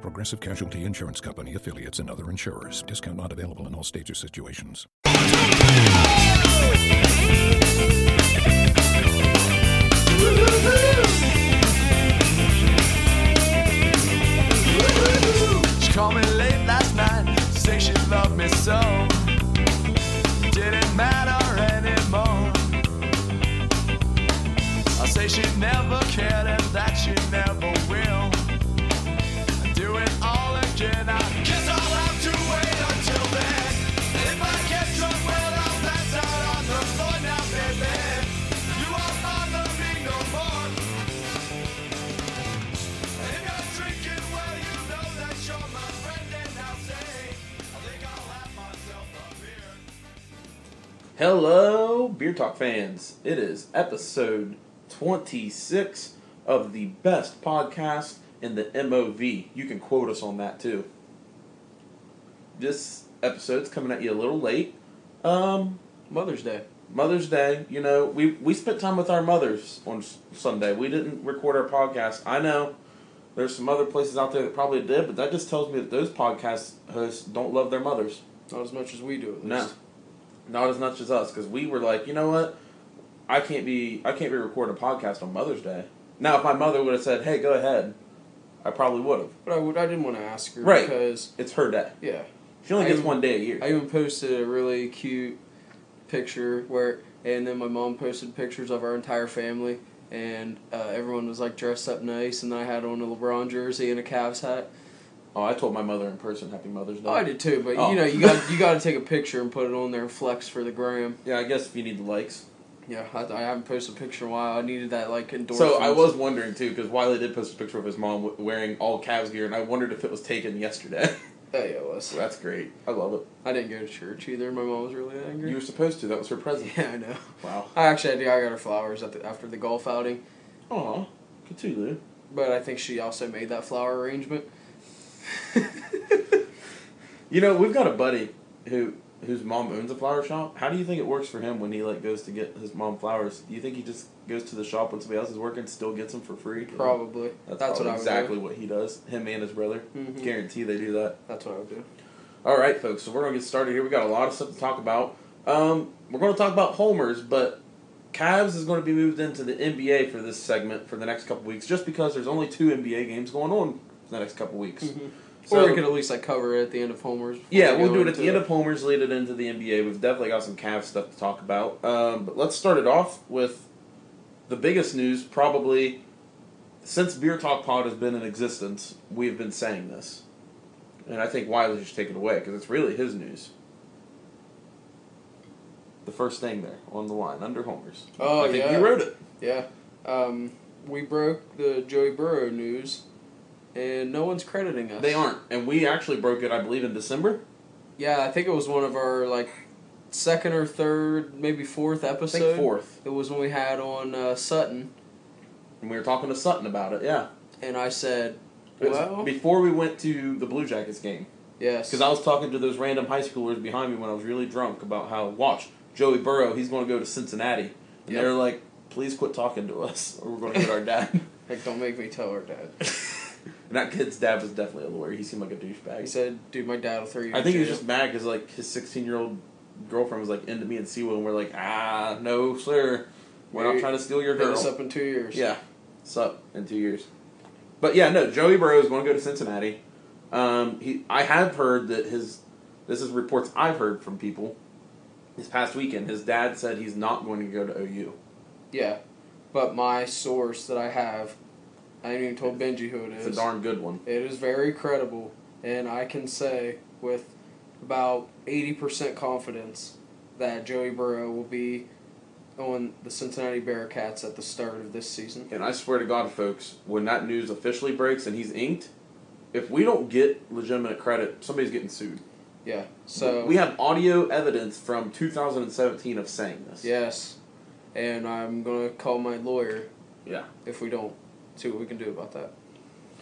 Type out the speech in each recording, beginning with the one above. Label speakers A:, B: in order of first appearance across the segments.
A: Progressive Casualty Insurance Company, affiliates, and other insurers. Discount not available in all states or situations.
B: She called me late last night, say she loved me so. Didn't matter anymore. I say she never cared and that she never will. I do it all again. I guess I'll have to wait until then. If I get drunk, well, I'll pass out on the floor now, baby. You won't bother me no more. If you're drinking, well, you know that you're my friend, and I'll say, I think I'll have myself a beer.
C: Hello, Beer Talk fans. It is episode 26 of the best podcast in the MOV. You can quote us on that too. This episode's coming at you a little late. Um,
D: Mother's Day.
C: Mother's Day, you know, we, we spent time with our mothers on S- Sunday. We didn't record our podcast. I know there's some other places out there that probably did, but that just tells me that those podcast hosts don't love their mothers.
D: Not as much as we do, at
C: No,
D: least.
C: not as much as us because we were like, you know what, I can't be, I can't be recording a podcast on Mother's Day. Now, if my mother would have said, "Hey, go ahead," I probably would have.
D: But I, would, I didn't want to ask her
C: Right.
D: because,
C: It's her day.
D: yeah.
C: She only
D: I
C: gets
D: even-
C: one day a year.
D: I even posted a really cute picture where, and then my mom posted pictures of our entire family, and uh, everyone was like dressed up nice, and then I had on a LeBron jersey and a Cavs hat.
C: oh, I told my mother in person, "Happy Mother's Day."
D: Oh, I did too, but
C: Oh.
D: you know, you got you got to take a picture and put it on there and flex for the gram.
C: Yeah, I guess if you need the likes.
D: Yeah, I, I haven't posted a picture in a while. I needed that like endorsement.
C: So I was wondering too, because Wiley did post a picture of his mom w- wearing all Cavs gear, and I wondered if it was taken yesterday.
D: Oh, yeah, it was.
C: so that's great. I love it.
D: I didn't go to church either. My mom was really angry.
C: You were supposed to. That was her present.
D: yeah, I know.
C: Wow.
D: I actually I did- I got her flowers at the, after the golf outing,
C: Aw, good to you, Lou.
D: but I think she also made that flower arrangement.
C: You know, we've got a buddy who whose mom owns a flower shop. How do you think it works for him when he like goes to get his mom flowers? Do you think he just goes to the shop when somebody else is working, still gets them for free?
D: Probably.
C: That's,
D: That's,
C: probably
D: what I would
C: exactly
D: do.
C: what he does. Him and his brother.
D: Mhm.
C: Guarantee they do that.
D: That's what I would do.
C: All right, folks. So we're gonna get started here. We got a lot of stuff to talk about. Um, we're gonna talk about homers, but Cavs is gonna be moved into the NBA for this segment for the next couple weeks, just because there's only two NBA games going on for the next couple weeks.
D: Mm-hmm. or we could at least like cover it at the end of Homer's. before
C: Yeah,
D: we
C: we'll
D: go
C: do it at
D: into
C: the end of Homer's, lead it into the NBA. We've definitely got some Cavs stuff to talk about. Um, but let's start it off with the biggest news probably since Beer Talk Pod has been in existence, we've been saying this. And I think Wiley should take it away because it's really his news. The first thing there on the line under Homer's.
D: Oh,
C: I think
D: yeah.
C: you wrote it.
D: Yeah. Um, we broke the Joey Burrow news, and no one's crediting us.
C: They aren't. And we actually broke it, I believe, in December.
D: Yeah, I think it was one of our like second or third, maybe fourth
C: I
D: episode.
C: think fourth.
D: It was when we had on uh, Sutton,
C: And we were talking to Sutton about it, yeah.
D: and I said,
C: It was
D: "Well,
C: before we went to the Blue Jackets game.
D: yes."
C: Because I was talking to those random high schoolers behind me when I was really drunk about how, watch, Joey Burrow, he's going to go to Cincinnati. And
D: Yep.
C: they were like, please quit talking to us or we're going to get our dad.
D: Like, don't make me tell her dad.
C: and that kid's dad was definitely a lawyer. He seemed like a
D: He
C: douchebag.
D: said, "Dude, my dad will throw you." in
C: I think he was
D: jail."
C: just mad because like his 16 year old girlfriend was like into me and Siwa and we're like, ah, no, sir. We're not
D: Maybe-
C: trying to steal your
D: Hit us
C: girl.
D: up in two years.
C: Yeah. Sup in two years. But yeah, no, Joey Burrow is going to go to Cincinnati. Um, he, I have heard that his, this is reports I've heard from people. This past weekend, his dad said he's not going to go to OU.
D: yeah. But my source that I have, I ain't even told Benji who it
C: It's
D: is.
C: a darn good one.
D: It is very credible, and I can say with about eighty percent confidence that Joey Burrow will be on the Cincinnati Bearcats at the start of this season.
C: And I swear to God, folks, when that news officially breaks and he's inked, if we don't get legitimate credit, somebody's getting sued.
D: Yeah. So
C: we have audio evidence from 2017 of saying this.
D: yes, and I'm gonna call my lawyer
C: Yeah.
D: if we don't see what we can do about that.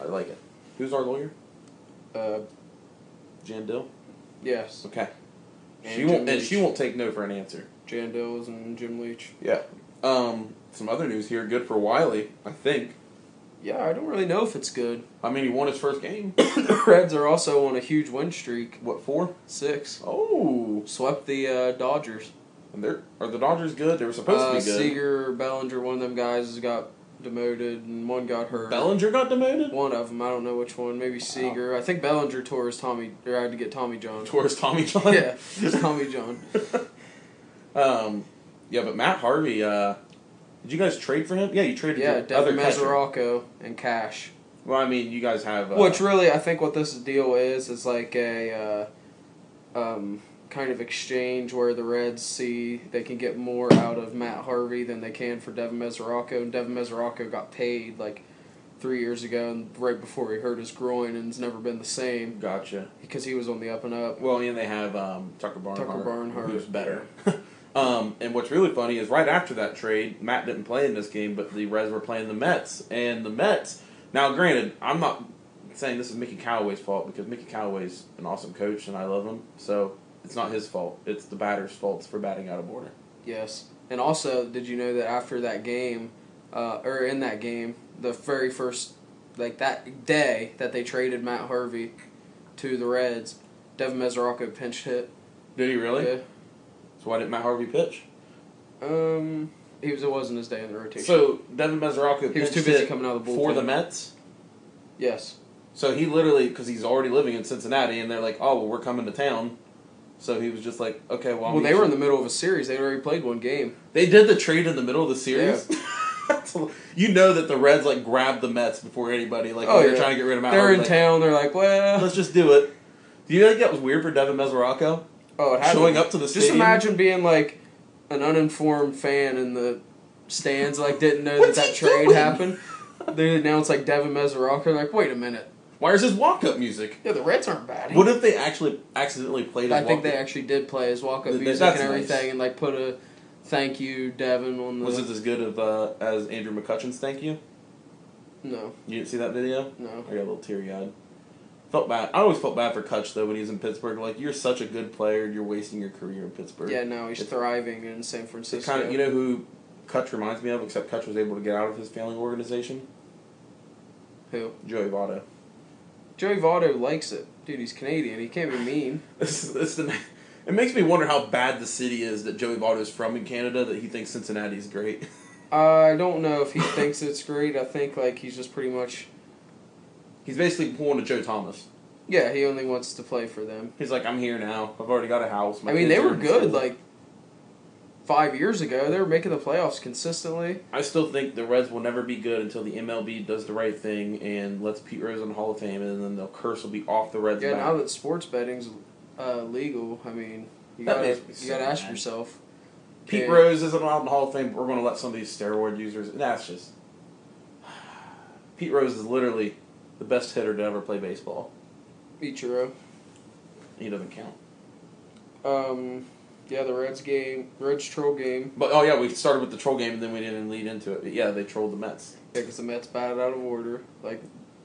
C: I like it. Who's our lawyer?
D: Uh,
C: Jan Dill.
D: yes.
C: Okay.
D: And
C: she won't.
D: Jim
C: And she
D: Leach.
C: won't take no for an answer.
D: Jan Dills and Jim Leach.
C: Yeah. Um. Some other news here. Good for Wiley, I think.
D: Yeah, I don't really know if it's good.
C: I mean, he won his first game.
D: the Reds are also on a huge win streak.
C: what four?
D: Six
C: Oh.
D: swept the uh, Dodgers.
C: And they're are the Dodgers good? They were supposed
D: uh,
C: to be good.
D: Seager, Bellinger, one of them guys got demoted, and one got hurt.
C: Bellinger got demoted.
D: One of them, I don't know which one. Maybe Seager. I think Bellinger tore his Tommy. Or had to get Tommy John.
C: Towards Tommy John.
D: yeah, it's Tommy John.
C: Um. Yeah, but Matt Harvey. Uh, did you guys trade for him? Yeah, you traded.
D: Yeah,
C: your other
D: Devin
C: catcher.
D: Mesoraco and Cash.
C: Well, I mean, you guys have. Uh,
D: Which really, I think what this deal is is like a uh, um, kind of exchange where the Reds see they can get more out of Matt Harvey than they can for Devin Mesoraco, and Devin Mesoraco got paid like three years ago, and right before he hurt his groin, and it's never been the same
C: Gotcha.
D: because he was on the up and up.
C: Well, and they have um, Tucker Barnhart.
D: Tucker Barnhart.
C: Who's better. um, and what's really funny is right after that trade, Matt didn't play in this game, but the Reds were playing the Mets. And the Mets, now granted, I'm not saying this is Mickey Callaway's fault because Mickey Callaway's an awesome coach and I love him. So it's not his fault. It's the batter's fault for batting out of order.
D: Yes, and also, did you know that after that game, uh, or in that game, the very first, like that day that they traded Matt Harvey to the Reds, Devin Mesoraco pinch hit.
C: Did he really? So why didn't Matt Harvey pitch?
D: Yeah. Um, he was it wasn't his day in the rotation.
C: So Devin Mesoraco
D: He was
C: pitched
D: too busy
C: it
D: coming out of the
C: for
D: bullpen.
C: the Mets.
D: yes,
C: So he literally, because he's already living in Cincinnati, and they're like, "Oh, well, we're coming to town." So he was just like, "Okay, well." I'll
D: well
C: meet
D: they were
C: you."
D: in the middle of a series. They already played one game.
C: They did the trade in the middle of the series. That's a- you know that the Reds like grabbed the Mets before anybody. Like,
D: Oh,
C: they were
D: yeah.
C: trying to get rid of Matt.
D: They're
C: Harvey,
D: in
C: like,
D: town. They're like, well,
C: Let's just do it. Do you think that was weird for Devin Mesoraco?
D: oh, it happened.
C: Showing up to the
D: just
C: stadium?
D: imagine being like an uninformed fan in the stands, like didn't know that
C: What's
D: that
C: he
D: trade
C: doing?
D: happened. They announced like Devin Mesoraco. Like, wait a minute.
C: Where's his walk-up music?
D: Yeah, the Reds aren't batting.
C: What if they actually accidentally played? His
D: I think they
C: walk-up-
D: actually did play his walk up
C: Th-
D: music
C: that's
D: and everything,
C: nice.
D: and like put a thank you, Devin, on the.
C: Was it as good of uh, as Andrew McCutcheon's "Thank You"?
D: No,
C: You didn't see that video?
D: no.
C: I got a little teary eyed. Felt bad. I always felt bad for Kutch though when he was in Pittsburgh. Like you're such a good player, and you're wasting your career in Pittsburgh.
D: Yeah, no, he's
C: It's-
D: thriving in San Francisco.
C: kind of you know who Kutch reminds me of, except Kutch was able to get out of his failing organization.
D: who?
C: Joey Votto.
D: Joey Votto likes it, dude. He's Canadian. He can't be mean.
C: This is, this is the. It makes me wonder how bad the city is that Joey Votto is from in Canada that he thinks Cincinnati's great.
D: I don't know if he thinks it's great. I think like he's just pretty much.
C: He's basically pulling a Joe Thomas.
D: Yeah, he only wants to play for them.
C: He's like, I'm here now. I've already got a house. My
D: I mean,
C: kids
D: they
C: are
D: were
C: in
D: good
C: school."
D: like five years ago. They were making the playoffs consistently.
C: I still think the Reds will never be good until the MLB does the right thing and lets Pete Rose in the Hall of Fame, and then the curse will be off the Reds.
D: Yeah,
C: back.
D: now that sports betting's uh, legal, I mean, you
C: That
D: gotta
C: makes me
D: you gotta
C: so
D: ask
C: mad.
D: yourself.
C: Pete
D: Yeah.
C: Rose isn't allowed in the Hall of Fame, but we're going to let some of these steroid users. That's just. Pete Rose is literally the best hitter to ever play baseball.
D: Ichiro.
C: He doesn't count.
D: Um, yeah, the Reds game, Reds troll game.
C: But oh yeah, we started with the troll game and then we didn't lead into it. But yeah, they trolled the Mets.
D: Yeah, because the Mets batted out of order, like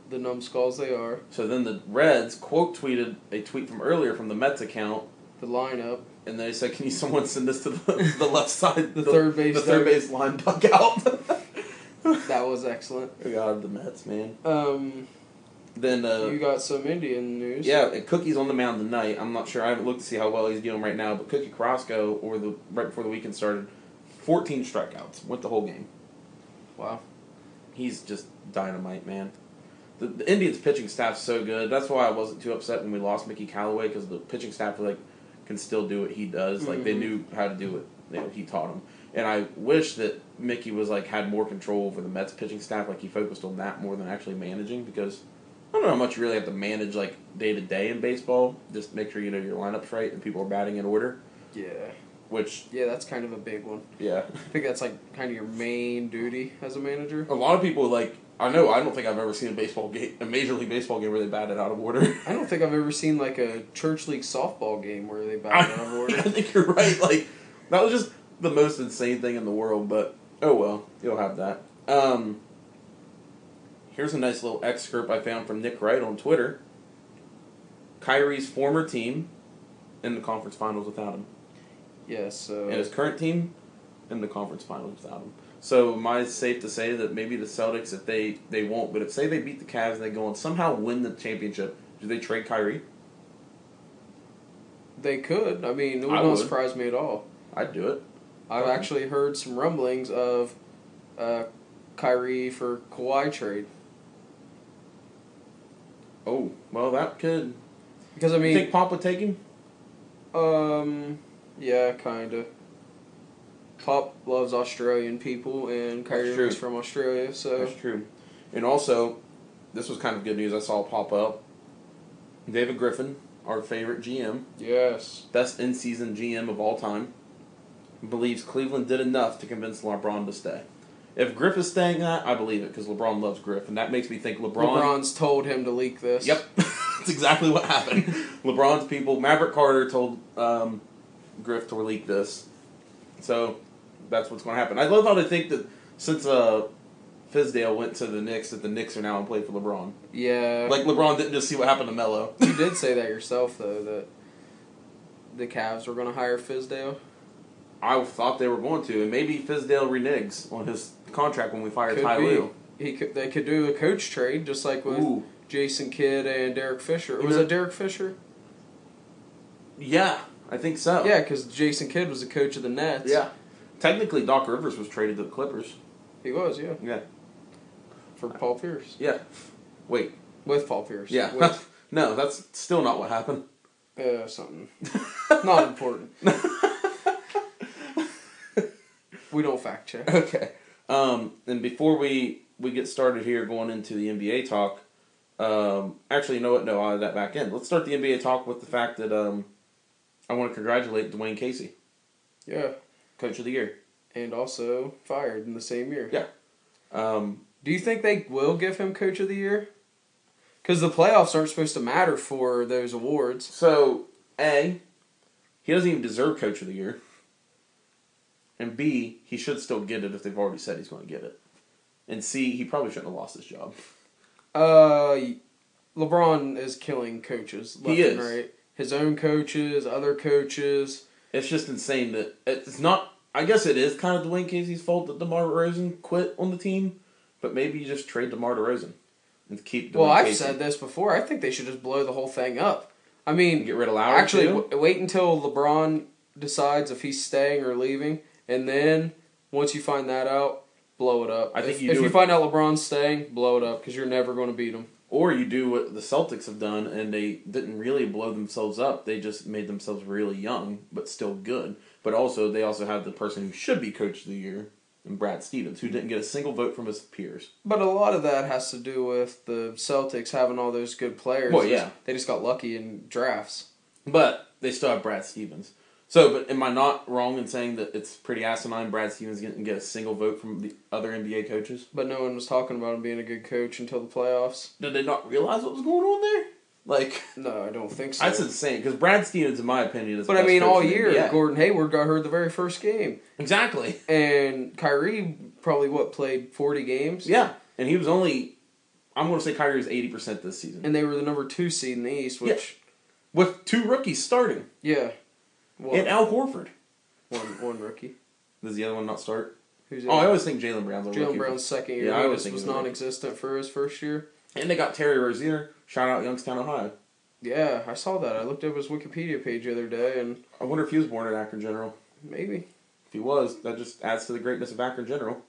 D: the numbskulls they are.
C: So then the Reds quote tweeted a tweet from earlier from the Mets account,
D: The lineup.
C: and they said, "Can you someone send this to the, the left side,
D: The third base
C: the third
D: dugout."
C: base line dugout?"
D: That was excellent.
C: God, the Mets, man.
D: Um,
C: Then uh,
D: you got some Indian news.
C: Yeah, and Cookie's on the mound tonight. I'm not sure. I haven't looked to see how well he's doing right now, but Cookie Carrasco, or the right before the weekend started, 14 strikeouts, went the whole game.
D: Wow.
C: He's just dynamite, man. The, the Indians' pitching staff's so good. That's why I wasn't too upset when we lost Mickey Callaway because the pitching staff like can still do what he does. Like they
D: Mhm.
C: knew how to do it. You know, he taught them. And I wish that Mickey was like had more control over the Mets pitching staff. Like he focused on that more than actually managing because I don't know how much you really have to manage like day to day in baseball. Just make sure you know your lineups right and people are batting in order.
D: Yeah.
C: Which
D: Yeah, that's kind of a big one.
C: yeah,
D: I think that's like kind of your main duty as a manager.
C: a lot of people like I know. I don't think I've ever seen a baseball game, a major league baseball game, where they batted out of order.
D: I don't think I've ever seen like a church league softball game where they
C: I,
D: batted out of order.
C: think you're right. Like that was just the most insane thing in the world. But oh well, you'll have that. Um, here's a nice little excerpt I found from Nick Wright on Twitter. Kyrie's former team in the conference finals without him,
D: Yeah, so
C: and his current team in the conference finals without him. So am I safe to say that maybe the Celtics, if they they won't, but if say they beat the Cavs and they go and somehow win the championship, do they trade Kyrie?
D: they could. I mean, it would
C: I
D: not
C: would.
D: surprise me at all.
C: I'd do it.
D: I've
C: Okay.
D: actually heard some rumblings of uh, Kyrie for Kawhi trade
C: Oh well, that could.
D: because I
C: You
D: mean,
C: think Pop would take him?
D: um, yeah, kind of. Pop loves Australian people, and Kyrie
C: true.
D: is from Australia, so
C: That's true. And also, this was kind of good news I saw pop up. David Griffin, our favorite GM,
D: yes,
C: best in season GM of all time, believes Cleveland did enough to convince LeBron to stay. If Griff is staying that, I believe it because LeBron loves Griff, and that makes me think LeBron.
D: LeBron's told him to leak this.
C: Yep, that's exactly what happened. LeBron's people, Maverick Carter told um, Griff to leak this, so that's what's going to happen. I love how they think that since uh, Fizdale went to the Knicks, that the Knicks are now in play for LeBron.
D: Yeah,
C: Like LeBron didn't just see what happened to Melo.
D: you did say that yourself though that the Cavs were going to hire Fizdale.
C: I thought they were going to, and maybe Fizdale reneges on his contract when we fire
D: Could
C: Ty
D: be.
C: Lue.
D: He could, they could do a coach trade just like with
C: Ooh,
D: Jason Kidd and Derek Fisher.
C: You
D: Was
C: know-
D: it Derek Fisher?
C: yeah, I think so.
D: Yeah, because Jason Kidd was the coach of the Nets.
C: yeah. Technically, Doc Rivers was traded to the Clippers.
D: he was. Yeah,
C: Yeah,
D: for Paul Pierce
C: yeah. Wait,
D: with Paul Pierce.
C: yeah.
D: with,
C: no, that's still not what happened.
D: uh, something not important. we don't fact check.
C: Okay. Um, and before we we get started here, going into the NBA talk. Um, actually, you know what? No, I'll add that back in. Let's start the NBA talk with the fact that um, I want to congratulate Dwayne Casey,
D: Yeah,
C: Coach of the Year.
D: and also fired in the same year.
C: Yeah. Um,
D: Do you think they will give him Coach of the Year? Because the playoffs aren't supposed to matter for those awards.
C: so A, he doesn't even deserve Coach of the Year. And B, he should still get it if they've already said he's going to get it. And C, he probably shouldn't have lost his job.
D: Uh, LeBron is killing coaches. Left
C: He
D: And
C: is.
D: right. His own coaches, other coaches.
C: It's just insane that it's not. I guess it is kind of Dwayne Casey's fault that DeMar DeRozan quit on the team, but maybe you just trade DeMar DeRozan and keep. Dwayne
D: Well, I've
C: Casey.
D: said this before. I think they should just blow the whole thing up. I mean,
C: And get rid of Lowry.
D: actually,
C: too?
D: w- wait until LeBron decides if he's staying or leaving, and then once you find that out, blow it up.
C: I think
D: if,
C: you
D: if
C: do
D: you
C: it-
D: find out LeBron's staying, blow it up because you're never going to beat him.
C: or you do what the Celtics have done, and they didn't really blow themselves up. They just made themselves really young, but still good. But also, they also have the person who should be coach of the year, and Brad Stevens, who didn't get a single vote from his peers.
D: But a lot of that has to do with the Celtics having all those good players.
C: Well, yeah.
D: they just got lucky in drafts.
C: But they still have Brad Stevens. So, but am I not wrong in saying that it's pretty asinine Brad Stevens didn't get a single vote from the other NBA coaches?
D: But no one was talking about him being a good coach until the playoffs.
C: Did they not realize what was going on there? Like,
D: No, I don't think so.
C: that's insane. Because Brad Stevens, in my opinion, is the
D: but I
C: best
D: mean,
C: coach
D: all
C: in the
D: year
C: NBA.
D: Gordon Hayward got hurt the very first game,
C: Exactly.
D: and Kyrie probably what played forty games.
C: Yeah, and he was only. I'm going to say Kyrie was eighty percent this season,
D: and they were the number two seed in the East, which
C: with two rookies starting
D: yeah, one,
C: and Al Horford.
D: one, one rookie.
C: Does the other one not start?
D: Who's
C: Oh, I always think Jalen Brown's a
D: Jalen
C: rookie.
D: Brown's second year
C: Yeah, I
D: yeah,
C: always
D: notice
C: think
D: was
C: he's a rookie.
D: non-existent for his first year.
C: and they got Terry Rozier. Shout out Youngstown, Ohio.
D: Yeah, I saw that. I looked up his Wikipedia page the other day, and
C: I wonder if he was born in Akron General.
D: maybe
C: If he was, that just adds to the greatness of Akron General.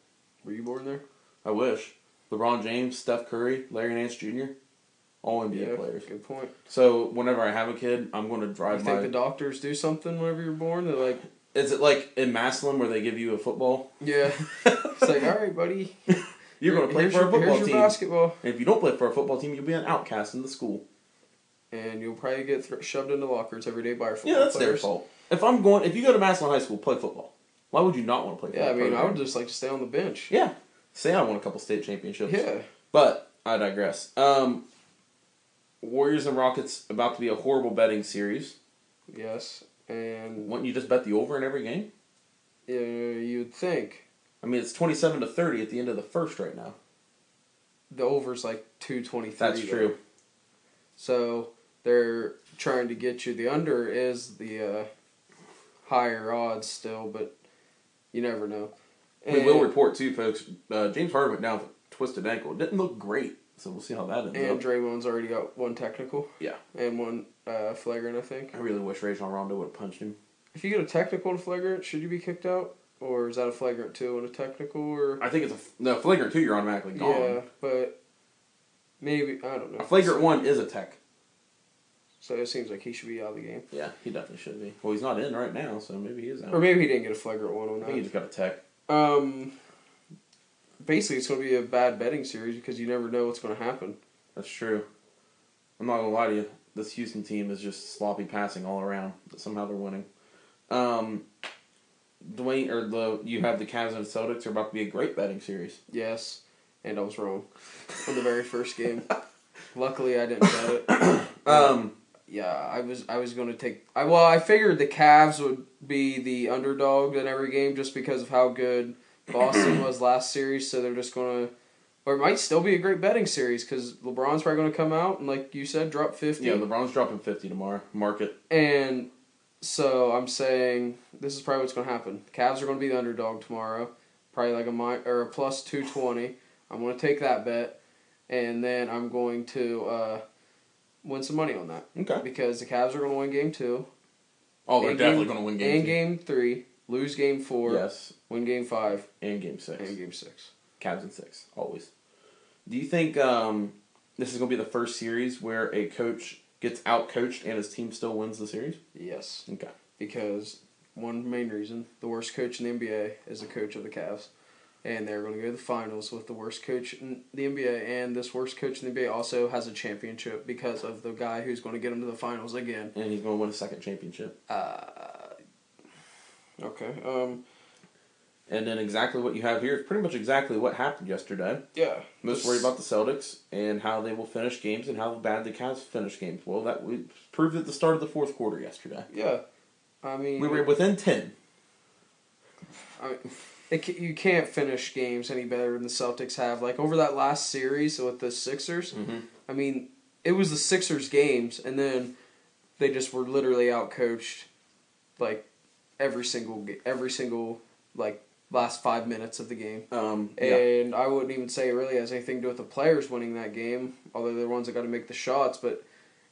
D: were you born there?
C: I wish. LeBron James, Steph Curry, Larry Nance Jr., all NBA
D: Yeah,
C: players.
D: good point.
C: So whenever I have a kid, I'm going to drive
D: You
C: my.
D: think the doctors do something whenever you're born? They're like,
C: Is it like in Maslin where they give you a football?
D: yeah, it's like, all right, buddy,
C: You're going to play
D: here's
C: for
D: your,
C: a football
D: here's your
C: team.
D: basketball,
C: And if you don't play for a football team, you'll be an outcast in the school.
D: and you'll probably get thr shoved into lockers every day by our football
C: Yeah, that's their
D: players.
C: fault. If I'm going, if you go to Maslin High School, play football. Why would you not want to play?
D: Yeah, I
C: football?
D: mean, I would just like to stay on the bench.
C: Yeah, say I won a couple state championships.
D: Yeah.
C: But I digress. Um, Warriors and Rockets about to be a horrible betting series.
D: Yes, and
C: Wouldn't you just bet the over in every game?
D: uh, you'd think
C: I mean, it's twenty-seven to thirty at the end of the first right now.
D: the over's like two twenty three.
C: That's true.
D: So they're trying to get you. The under is the uh, higher odds still, but you never know.
C: We will report too, folks. Uh, James Harden went down with a twisted ankle. It didn't look great, so we'll see how that ends
D: And
C: up.
D: Draymond's already got one technical
C: Yeah,
D: and one uh, flagrant, I think.
C: I really wish Rajon Rondo would have punched him.
D: If you get a technical and flagrant, should you be kicked out, or is that a flagrant two and a technical, or
C: I think it's a f- no flagrant two. You're automatically gone.
D: yeah? But maybe I don't know.
C: A flagrant one is a tech.
D: So it seems like he should be out of the game,
C: Yeah, he definitely should be. Well, he's not in right now, so maybe he is out.
D: or maybe he didn't get a flagrant one on
C: I think he
D: that.
C: just got a tech.
D: Um, basically, it's going to be a bad betting series because you never know what's going to happen.
C: That's true. I'm not gonna lie to you. This Houston team is just sloppy passing all around, but somehow they're winning. Um, Dwayne or the you have the Cavs and Celtics are about to be a great betting series.
D: Yes, and I was wrong on the very first game. Luckily, I didn't bet it.
C: Um,
D: Yeah, I was I was going to take. I well, I figured the Cavs would be the underdog in every game just because of how good Boston was last series. So they're just going to, or it might still be a great betting series because LeBron's probably going to come out and, like you said, drop fifty.
C: yeah, LeBron's dropping fifty tomorrow. Market.
D: And so I'm saying this is probably what's going to happen. Cavs are going to be the underdog tomorrow, probably like a mi- or a plus two twenty. I'm going to take that bet, and then I'm going to uh, win some money on that
C: Okay.
D: because the Cavs are going to win game two.
C: Oh, they're
D: and
C: definitely
D: game-
C: gonna win
D: and
C: game. two.
D: game three, lose game four,
C: Yes,
D: win game five,
C: and game six.
D: and game six.
C: Cavs and six always. Do you think um, this is gonna be the first series where a coach gets out coached and his team still wins the series?
D: Yes,
C: Okay.
D: because one main reason the worst coach in the NBA is the coach of the Cavs, and they're going to go to the finals with the worst coach in the NBA, and this worst coach in the NBA also has a championship because of the guy who's going to get him to the finals again.
C: And he's gonna win a second championship.
D: Okay. Um.
C: And then exactly what you have here is pretty much exactly what happened yesterday.
D: Yeah.
C: Most worried about the Celtics and how they will finish games and how bad the Cavs finish games. Well, that we proved at the start of the fourth quarter yesterday.
D: Yeah. I mean,
C: We were within ten.
D: I mean, it, ca- you can't finish games any better than the Celtics have. Like over that last series with the Sixers, I mean, it was the Sixers games, and then they just were literally outcoached, like every single ga- every single like last five minutes of the game.
C: Um, yeah.
D: And I wouldn't even say it really has anything to do with the players winning that game, although they're the ones that got to make the shots. But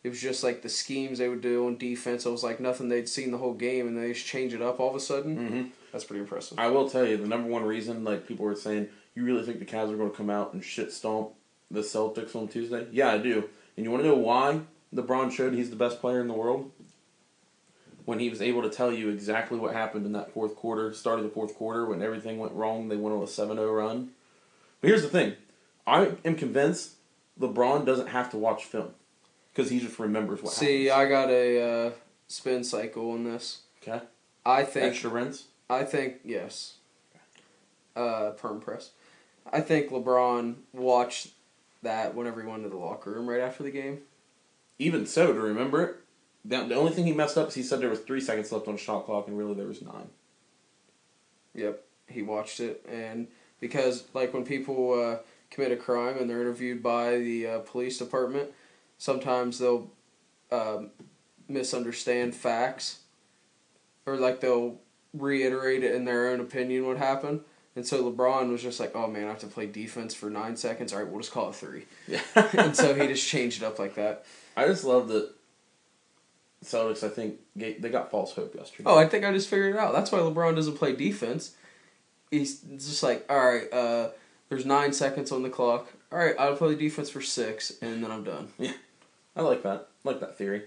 D: it was just like the schemes they would do on defense. It was like nothing they'd seen the whole game, and they just change it up all of a sudden.
C: Mhm.
D: That's pretty impressive.
C: I will tell you the number one reason like people were saying you really think the Cavs are going to come out and shit stomp the Celtics on Tuesday? Yeah, I do. And you want to know why LeBron showed he's the best player in the world? When he was able to tell you exactly what happened in that fourth quarter, start of the fourth quarter, when everything went wrong, they went on a 7 0 run. But here's the thing I am convinced LeBron doesn't have to watch film because he just remembers what
D: See,
C: happens.
D: I got a uh, spin cycle on this.
C: Okay.
D: I think
C: Extra rinse.
D: I think yes. Uh, perm press. I think LeBron watched that whenever he went to the locker room right after the game.
C: Even so, to remember it, the, the only thing he messed up is he said there was three seconds left on the shot clock, and really there was nine.
D: Yep, he watched it, and because like when people uh, commit a crime and they're interviewed by the uh, police department, sometimes they'll um, misunderstand facts, or like they'll reiterate it in their own opinion what happened. And so LeBron was just like, "Oh man, I have to play defense for nine seconds. All right, we'll just call it three. and so he just changed it up like that.
C: I just love that Celtics. I think ga- they got false hope yesterday.
D: Oh, I think I just figured it out. That's why LeBron doesn't play defense. He's just like, all right, uh, there's nine seconds on the clock. All right, I'll play defense for six, and then I'm done.
C: I like that. I like that theory.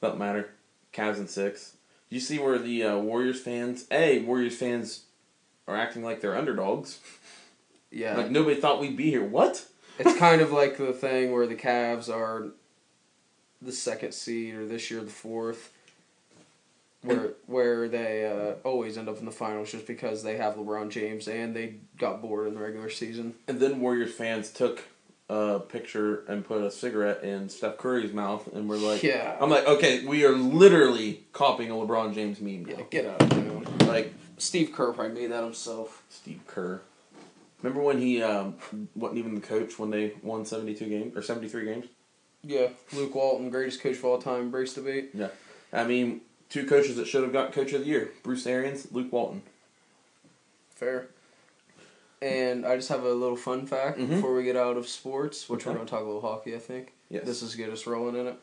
C: Doesn't matter. Cavs and six. You see where the uh, Warriors fans, a Warriors fans, are acting like they're underdogs.
D: Yeah,
C: Like nobody thought we'd be here. What?
D: it's kind of like the thing where the Cavs are the second seed, or this year the fourth, where where they uh, always always end up in the finals just because they have LeBron James and they got bored in the regular season.
C: And then Warriors fans took a picture and put a cigarette in Steph Curry's mouth, and we're like,
D: Yeah.
C: I'm like, okay, we are literally copying a LeBron James meme.
D: Yeah,
C: now.
D: get out of town.
C: Like
D: Steve Kerr probably made that himself.
C: Steve Kerr. Remember when he um, wasn't even the coach when they won 72 games or 73 games?
D: Yeah, Luke Walton, greatest coach of all time, embrace debate.
C: Yeah. I mean, two coaches that should have got coach of the year Bruce Arians, Luke Walton.
D: Fair. And I just have a little fun fact
C: Mhm.
D: before we get out of sports, which we're
C: Okay.
D: going to talk a little hockey, I think.
C: Yes.
D: This is good, us rolling in it.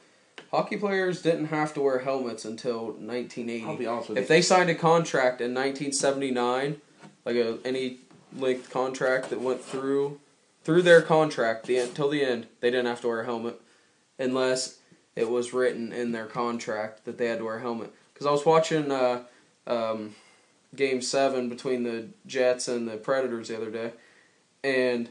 D: Hockey players didn't have to wear helmets until 1980.
C: I'll be honest with
D: if
C: you.
D: they signed a contract in 1979, like a, any length contract that went through through their contract the until the end, they didn't have to wear a helmet unless it was written in their contract that they had to wear a helmet. Because I was watching uh, um, Game Seven between the Jets and the Predators the other day, and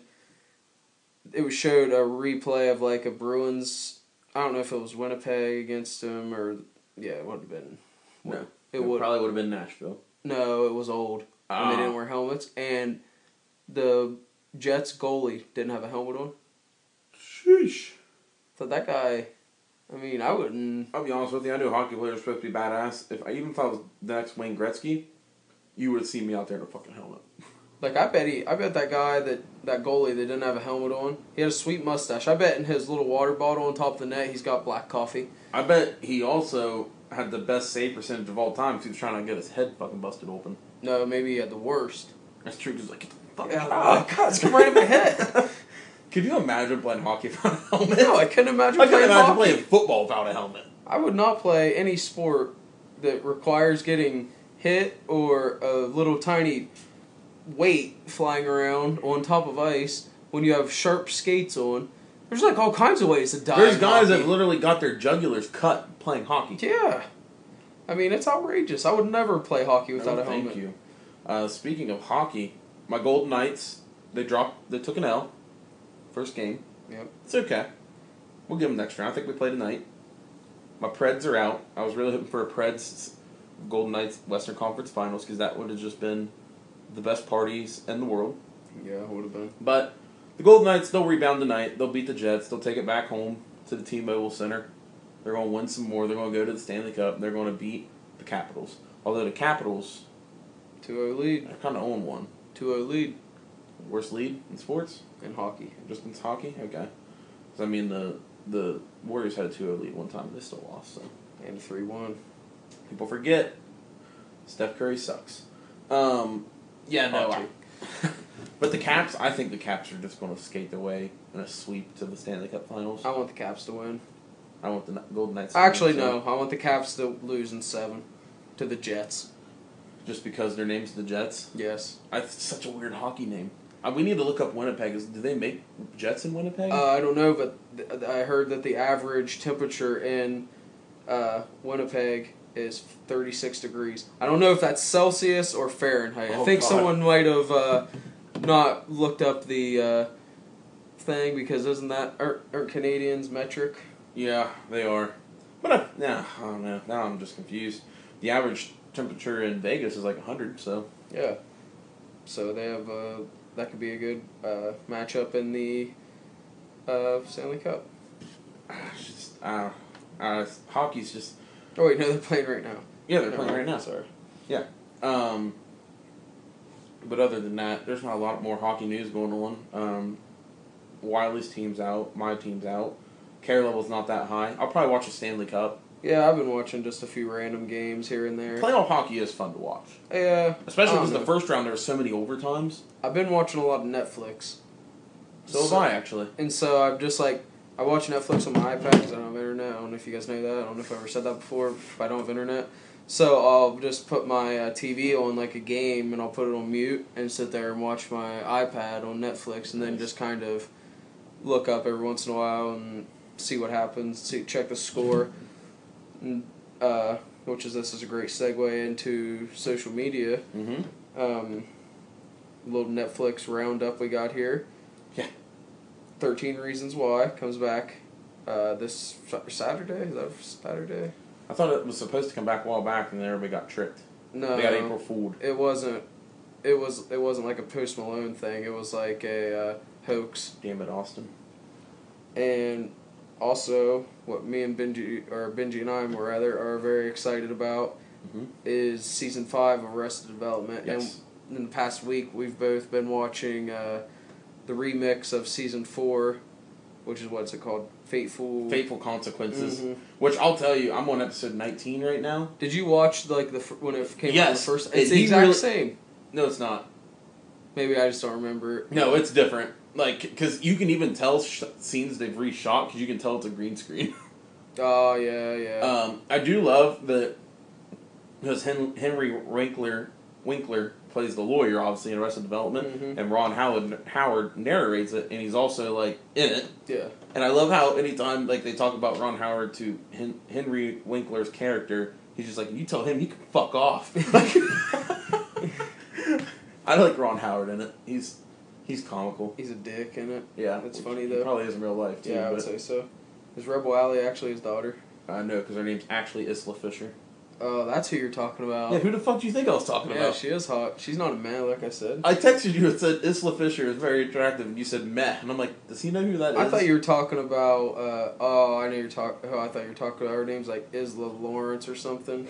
D: it was showed a replay of like a Bruins. I don't know if it was Winnipeg against them or yeah, it would have been.
C: No.
D: It would
C: probably would have been Nashville.
D: no, it was old. And
C: Ah.
D: they didn't wear helmets. And the Jets goalie didn't have a helmet on.
C: Sheesh.
D: So that guy, I mean, I wouldn't.
C: I'll be honest with you. I knew hockey players were supposed to be badass. If I even if I was the next Wayne Gretzky, you would see me out there in a fucking helmet.
D: Like I bet he, I bet that guy that that goalie that didn't have a helmet on, he had a sweet mustache. I bet in his little water bottle on top of the net, he's got black coffee.
C: I bet he also had the best save percentage of all time because he was trying to get his head fucking busted open.
D: No, maybe he had the worst.
C: That's true. Just like get the fuck
D: Yeah,
C: out.
D: oh, God, it's come right in my head.
C: Could you imagine playing hockey without a helmet?
D: No, I couldn't imagine
C: I
D: playing
C: couldn't imagine
D: hockey.
C: playing football without a helmet.
D: I would not play any sport that requires getting hit or a little tiny weight flying around on top of ice when you have sharp skates on. There's like all kinds of ways to die.
C: There's
D: in
C: guys
D: hockey.
C: that literally got their jugulars cut playing hockey.
D: Yeah. I mean, it's outrageous. I would never play hockey without
C: Oh,
D: a helmet.
C: Thank you. Uh, speaking of hockey, my Golden Knights they dropped they took an L, first game.
D: Yep.
C: It's okay. We'll give them next round. I think we play tonight. My Preds are out. I was really hoping for a Preds Golden Knights Western Conference Finals because that would have just been the best parties in the world.
D: Yeah, it would have been.
C: But the Golden Knights they'll rebound tonight. They'll beat the Jets. They'll take it back home to the T-Mobile Center. They're going to win some more. They're going to go to the Stanley Cup. They're going to beat the Capitals. Although the Capitals
D: 2 0 lead.
C: they're kind of own one.
D: 2 0 lead
C: Worst lead in sports?
D: in hockey.
C: Just in hockey? Okay. 'Cause, I mean, the the Warriors had a 2 0 lead one time. They still lost, so.
D: And 3 1.
C: People forget Steph Curry sucks. Um, yeah, no.
D: Hot
C: I- but the Caps, I think the Caps are just going to skate their way in a sweep to the Stanley Cup Finals.
D: I want the Caps to win.
C: I want the Kn- Golden Knights to win,
D: Actually,
C: so-
D: no. Oh. I want the Caps to lose in 7 to the Jets.
C: Just because their name's the Jets.
D: Yes.
C: I, it's such a weird hockey name. Uh, we need to look up Winnipeg. Is, do they make Jets in Winnipeg?
D: Uh, I don't know, but th- I heard that the average temperature in uh, Winnipeg is 36 degrees. I don't know if that's Celsius or Fahrenheit. I
C: Oh,
D: think
C: God.
D: someone might have uh, not looked up the uh, thing because isn't that are, are Canadians metric?
C: Yeah, they are. But I, nah, I don't know. Now I'm just confused. The average temperature in Vegas is like 100, so.
D: Yeah. So they have uh, that could be a good uh, matchup in the uh, Stanley Cup.
C: It's just, uh, uh, hockey's just.
D: Oh wait, no, they're playing right now.
C: Yeah, they're
D: Never
C: playing right now.
D: mind. Sorry.
C: Yeah. Um, but other than that, there's not a lot more hockey news going on. Um, Wiley's team's out. My team's out. Care level's not that high. I'll probably watch a Stanley Cup.
D: Yeah, I've been watching just a few random games here and there.
C: Playoff hockey is fun to watch.
D: Yeah.
C: Especially
D: I don't
C: because the
D: know.
C: first round, there were so many overtimes.
D: I've been watching a lot of Netflix,
C: So, have
D: So-
C: I, actually.
D: and so I'm just like, I watch Netflix on my iPad 'cause I don't have internet. I don't know if you guys know that. I don't know if I ever said that before. If I don't have internet, so I'll just put my uh, TV on like a game, and I'll put it on mute and sit there and watch my iPad on Netflix, and then
C: Nice.
D: just kind of look up every once in a while and see what happens, see check the score, and, uh, which is this is a great segue into social media.
C: Mm-hmm.
D: um, little Netflix roundup we got here.
C: Yeah.
D: 13 Reasons Why comes back uh, this Sa- Saturday. Is that Saturday?
C: I thought it was supposed to come back a while back, and then everybody got tricked.
D: No,
C: They got April Fooled.
D: it wasn't. It was. It wasn't like a Post Malone thing. It was like a uh, hoax.
C: Damn it, Austin.
D: And also, what me and Benji or Benji and I, more rather, are very excited about
C: Mhm.
D: is season five of Arrested Development.
C: Yes.
D: And in the past week, we've both been watching uh, the remix of season four, which is what's it called? Fateful.
C: Fateful Consequences.
D: Mhm.
C: Which I'll tell you, I'm on episode 19 right now.
D: Did you watch like the fir- when it came out
C: Yes.
D: the first?
C: And
D: It's the
C: he
D: exact
C: really-
D: same.
C: No, it's not.
D: Maybe I just don't remember. it.
C: No, it's different. Like, because you can even tell sh- scenes they've reshot because you can tell it's a green screen.
D: Oh yeah, yeah.
C: Um, I do love that because Hen- Henry Winkler Winkler plays the lawyer, obviously in Arrested Development,
D: Mhm.
C: and Ron Howard Howard narrates it, and he's also like in it.
D: yeah.
C: And I love how anytime like they talk about Ron Howard to Hen- Henry Winkler's character, he's just like, "You tell him he can fuck off." Like, I like Ron Howard in it. He's he's comical.
D: He's a dick in it.
C: Yeah,
D: That's
C: which
D: funny,
C: he
D: though.
C: Probably is in real life too.
D: Yeah, I would
C: but
D: say so. Is Rebel Alley actually his daughter?
C: I know because her name's actually Isla Fisher.
D: Oh, that's who you're talking about.
C: yeah, who the fuck do you think I was talking
D: Yeah,
C: about?
D: she is hot. She's not a man, like I said.
C: I texted you and said Isla Fisher is very attractive, and you said meh, and I'm like, does he know who that is?
D: I thought you were talking about. Uh, oh, I know you're talking. Oh, I thought you were talking about her name's like Isla Lawrence or something.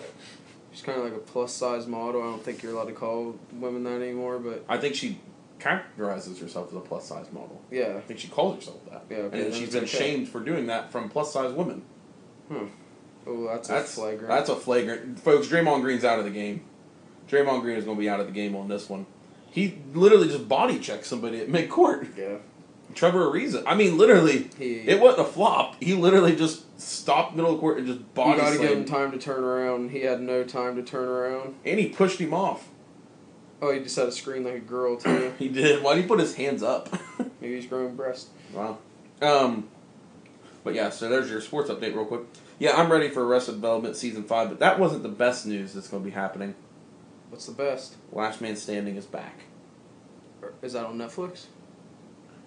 D: She's kind of like a plus size model. I don't think you're allowed to call women that anymore, but
C: I think she characterizes herself as a plus size model.
D: yeah.
C: I think she calls herself that.
D: Yeah, okay,
C: and
D: then
C: she's
D: it's
C: been
D: okay.
C: shamed for doing that from plus size women.
D: Oh, that's,
C: That's
D: a flagrant.
C: That's a flagrant, folks. Draymond Green's out of the game. Draymond Green is going to be out of the game on this one. He literally just body checked somebody at mid court.
D: yeah.
C: Trevor Ariza. I mean, literally,
D: He-
C: it wasn't a flop. He literally just stopped middle of court and just
D: You
C: body
D: gotta give him
C: slammed,
D: time to turn around. He had no time to turn around.
C: and he pushed him off.
D: Oh, he just had to scream like a girl too.
C: He did. Why did he put his hands up?
D: Maybe he's growing breast.
C: wow. Um, but yeah, so there's your sports update real quick. Yeah, I'm ready for Arrested Development season five, but that wasn't the best news that's going to be happening.
D: What's the best?
C: Last Man Standing is back.
D: Or- Is that on Netflix?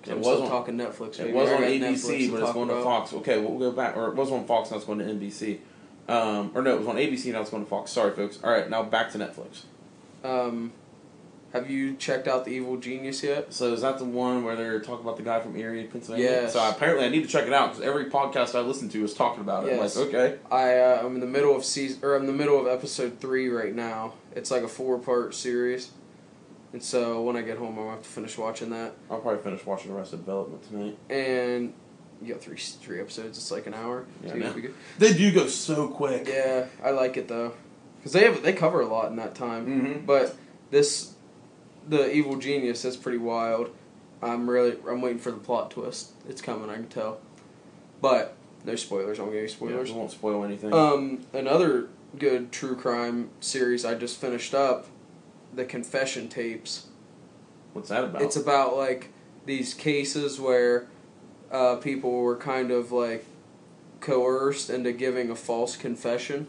D: 'Cause
C: It
D: I'm
C: was
D: still
C: on-
D: talking Netflix.
C: It
D: baby.
C: was
D: I
C: on
D: got
C: ABC,
D: Netflix to
C: but it's
D: talk
C: going to
D: about.
C: Fox. Okay, well, we'll go back. Or it was on Fox, now it's going to NBC. Um, or no, it was on ABC, now it's going to Fox. Sorry, folks. All right, now back to Netflix.
D: Um, have you checked out the Evil Genius yet?
C: So is that the one where they're talking about the guy from Erie, Pennsylvania?
D: Yes.
C: So apparently I need to check it out because every podcast I listen to is talking about it.
D: Yes.
C: I'm like, okay.
D: I uh, I'm in the middle of season, or I'm in the middle of episode three right now. It's like a four part series, and so when I get home, I'll have to finish watching that.
C: I'll probably finish watching the rest of Development tonight.
D: And you got three three episodes. It's like an hour.
C: Yeah,
D: so
C: I know.
D: you'll be good.
C: They do go so quick.
D: Yeah, I like it though, because they have they cover a lot in that time.
C: Mhm.
D: But this, the evil genius, that's pretty wild. I'm really I'm waiting for the plot twist. It's coming, I can tell. But no spoilers. I won't give you
C: Yeah,
D: spoilers.
C: we won't spoil anything.
D: Um, another good true crime series I just finished up, the Confession Tapes.
C: What's that about?
D: It's about like these cases where uh, people were kind of like coerced into giving a false confession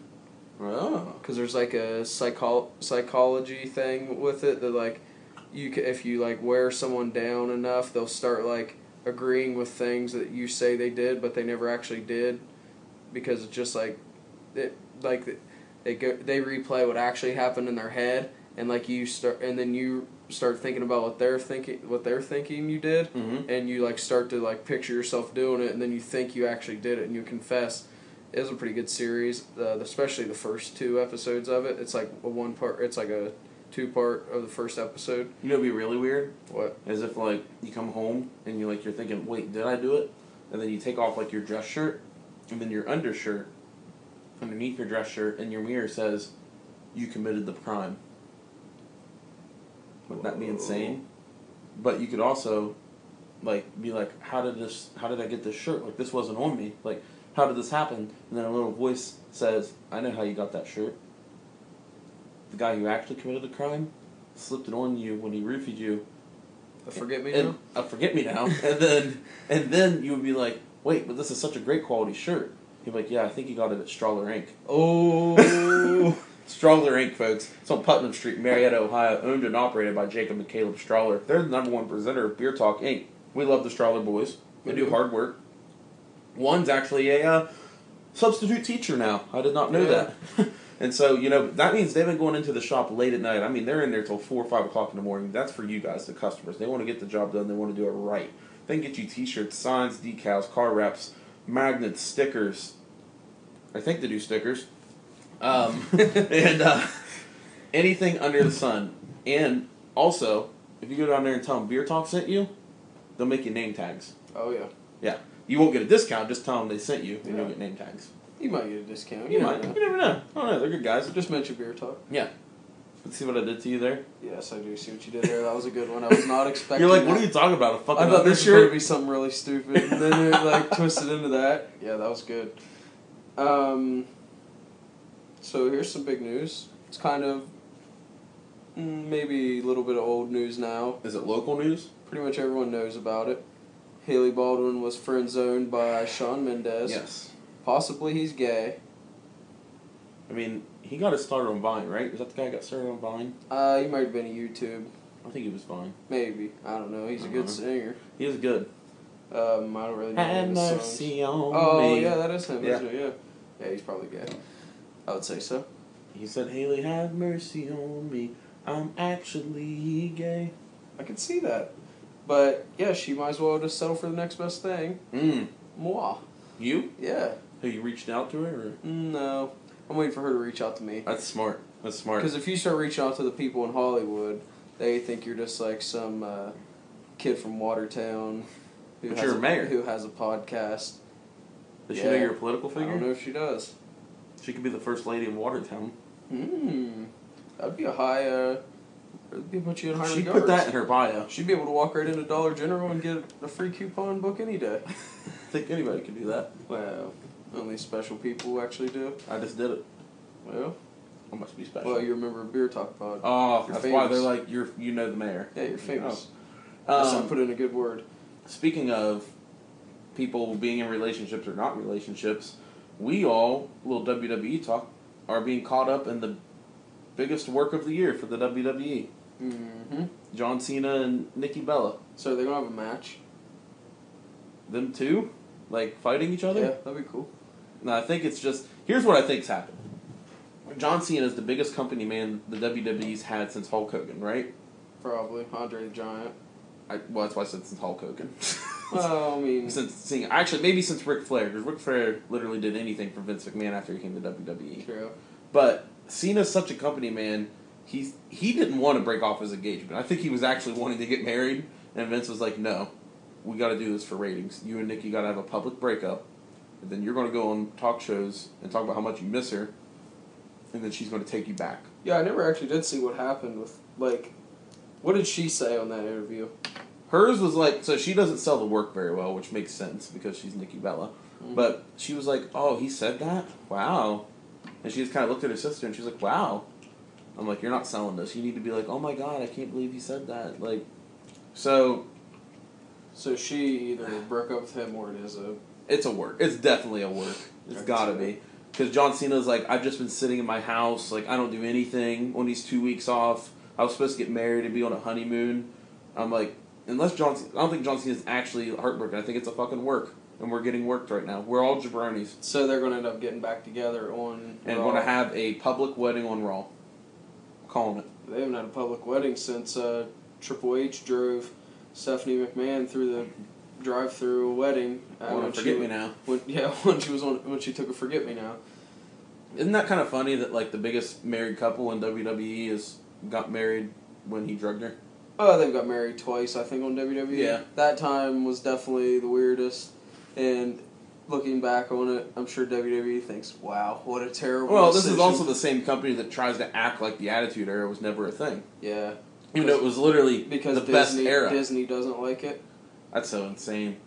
C: oh.
D: because there's like a psycho- psychology thing with it that like you ca if you like wear someone down enough they'll start like agreeing with things that you say they did but they never actually did because it's just like it like th- they go they replay what actually happened in their head and like you start and then you start thinking about what they're thinking what they're thinking you did
C: Mhm.
D: and you like start to like picture yourself doing it and then you think you actually did it and you confess it was a pretty good series, uh, especially the first two episodes of it. It's like a one part. It's like a two part of the first episode.
C: You know, it'd be really weird.
D: What?
C: As if like you come home and you like you're thinking, wait, did I do it? And then you take off like your dress shirt, and then your undershirt, underneath your dress shirt, and your mirror says, "You committed the crime." Wouldn't that be
D: Whoa.
C: insane? But you could also, like, be like, "How did this? How did I get this shirt? Like, this wasn't on me. Like, how did this happen?" And then a little voice says, "I know how you got that shirt. The guy who actually committed the crime." Slipped it on you when he roofied you,
D: A forget me
C: and,
D: now.
C: uh, forget me now. and then and then you would be like, wait, but this is such a great quality shirt. He'd be like, yeah, I think you got it at Strahler Inc.
D: Oh,
C: Strahler Inc., folks. It's on Putnam Street, Marietta, Ohio, owned and operated by Jacob and Caleb Strahler. They're the number one presenter of Beer Talk Inc. We love the Strahler boys. They do hard work. One's actually a uh, substitute teacher now. I did not know
D: Yeah.
C: that. And so, you know, that means they've been going into the shop late at night. I mean, they're in there till four or five o'clock in the morning. That's for you guys, the customers. They want to get the job done. They want to do it right. They can get you T-shirts, signs, decals, car wraps, magnets, stickers. I think they do stickers, um, and uh, anything under the sun. And also, if you go down there and tell them Beer Talk sent you, they'll make you name tags.
D: Oh yeah,
C: Yeah, you won't get a discount. Just tell them they sent you, and you'll
D: Yeah.
C: get name tags.
D: you might get a discount.
C: You
D: You,
C: might.
D: never know.
C: You never know. I don't know. They're good guys.
D: Just mention beer talk.
C: Yeah. Let's see what I did to you there.
D: Yes, I do see what you did there. That was a good one. I was not expecting.
C: You're like,
D: that.
C: what are you talking about? A fucking
D: I thought this was gonna
C: undershirt?
D: be something really stupid, and then it like twisted into that. Yeah, that was good. Um, so here's some big news. It's kind of mm, maybe a little bit of old news now.
C: Is it local news?
D: Pretty much everyone knows about it. Haley Baldwin was friend zoned by Sean Mendez.
C: Yes.
D: Possibly he's gay.
C: I mean, he got his start on Vine, right? Was that the guy who got started on Vine?
D: Uh, he might have been a YouTube.
C: I think he was Vine.
D: Maybe I don't know. He's a good
C: Uh-huh.
D: singer.
C: He was good.
D: Um, I don't really know.
C: Have
D: any of his songs.
C: mercy on
D: Oh
C: me.
D: yeah, that is him,
C: Yeah.
D: isn't it? Yeah. Yeah, he's probably gay. I would say so.
C: He said, Haley, have mercy on me. I'm actually gay.
D: I could see that. But yeah, she might as well just settle for the next best thing.
C: Mm.
D: Moi.
C: You?
D: Yeah.
C: Who you reached out to her? Or?
D: No. I'm waiting for her to reach out to me.
C: That's smart. That's smart.
D: Because if you start reaching out to the people in Hollywood, they think you're just like some uh, kid from Watertown who
C: But
D: has
C: you're a mayor.
D: who has a podcast.
C: Does she know
D: yeah.
C: you're a political
D: I don't
C: figure?
D: know if she does.
C: She could be the first lady in Watertown.
D: Hmm. That'd be a high. Uh, that'd be put you in high
C: She
D: regards.
C: put that in her bio.
D: She'd be able to walk right into Dollar General and get a free coupon book any day.
C: I think anybody could do that.
D: Well, only special people actually do.
C: I just did it.
D: Well,
C: I must be special.
D: well, you remember Beer Talk Pod.
C: Oh,
D: You're
C: that's why they're
D: famous.
C: like you're. You know the mayor.
D: yeah, you're famous. Listen,
C: Um,
D: put in a good word.
C: speaking of people being in relationships or not relationships, we all little WWE talk are being caught up in the biggest work of the year for the WWE:
D: Mm-hmm.
C: John Cena and Nikki Bella.
D: So they're gonna have a match.
C: Them two, like fighting each other.
D: Yeah, that'd be cool.
C: No, I think it's just here's what I think's happened. John Cena is the biggest company man the WWE's had since Hulk Hogan, right?
D: Probably Andre the Giant.
C: I, well, that's why I said since Hulk Hogan.
D: Well, I mean,
C: since seeing actually maybe since Ric Flair because Ric Flair literally did anything for Vince McMahon after he came to WWE.
D: true.
C: But Cena's such a company man. He's he didn't want to break off his engagement. I think he was actually wanting to get married, and Vince was like, "No, we got to do this for ratings. You and Nikki got to have a public breakup, and then you're going to go on talk shows and talk about how much you miss her, and then she's going to take you back."
D: Yeah, I never actually did see what happened with like. What did she say on that interview?
C: Hers was like, so she doesn't sell the work very well, which makes sense because she's Nikki Bella. But she was like, oh, he said that? Wow. And she just kind of looked at her sister and she's like, wow. I'm like, you're not selling this. You need to be like, oh my god, I can't believe he said that. Like, so
D: So she either broke up with him or it is a.
C: it's a work. It's definitely a work. It's
D: I can
C: gotta
D: see
C: be. Because John Cena's like, I've just been sitting in my house. Like, I don't do anything on these two weeks off. I was supposed to get married and be on a honeymoon. I'm like, unless John Cena, I don't think John Cena's actually heartbroken. I think it's a fucking work. And we're getting worked right now. We're all jabronis.
D: So they're gonna end up getting back together on.
C: And
D: Raw.
C: want to have a public wedding on Raw. I'm calling it.
D: They haven't had a public wedding since uh, Triple H drove Stephanie McMahon through the drive-through wedding. Uh,
C: want
D: when
C: to
D: she-
C: forget me now.
D: When, yeah, when she was on, when she took a forget me now.
C: Isn't that kind of funny that, like, the biggest married couple in WWE is got married when he drugged her?
D: Oh, they've got married twice, I think, on WWE.
C: Yeah.
D: That time was definitely the weirdest, and looking back on it, I'm sure WWE thinks, "Wow, what a terrible."
C: Well, this is
D: decision."
C: also the same company that tries to act like the Attitude Era was never a thing.
D: yeah
C: Even though it was literally
D: because
C: the
D: Disney
C: best era.
D: Disney doesn't like it.
C: That's so insane.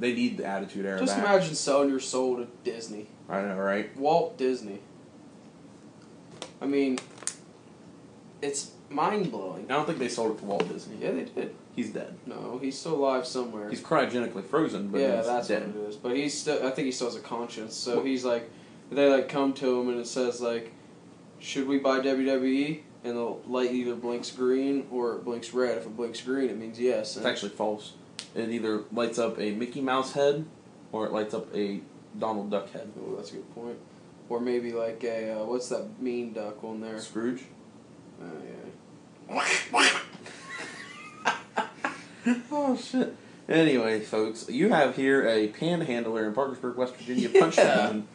C: They need the Attitude Era
D: Just
C: back.
D: imagine selling your soul to Disney.
C: I know, right?
D: Walt Disney. I mean, it's mind blowing.
C: I don't think they sold it to Walt Disney.
D: Yeah, they did.
C: He's dead.
D: No, he's still alive somewhere.
C: He's cryogenically frozen, but
D: yeah,
C: he's
D: that's
C: dead.
D: what it is. But he's still. I think he still has a conscience. So he's like, they like come to him and it says like, should we buy WWE? And the light either blinks green or it blinks red. If it blinks green, it means yes.
C: It's
D: And
C: actually false. It either lights up a Mickey Mouse head or it lights up a Donald Duck head.
D: oh, that's a good point. or maybe like a uh, what's that mean duck on there?
C: Scrooge.
D: Oh yeah.
C: Oh shit. Anyway, folks, you have here a panhandler in Parkersburg, West Virginia. Punch
D: Yeah.
C: woman.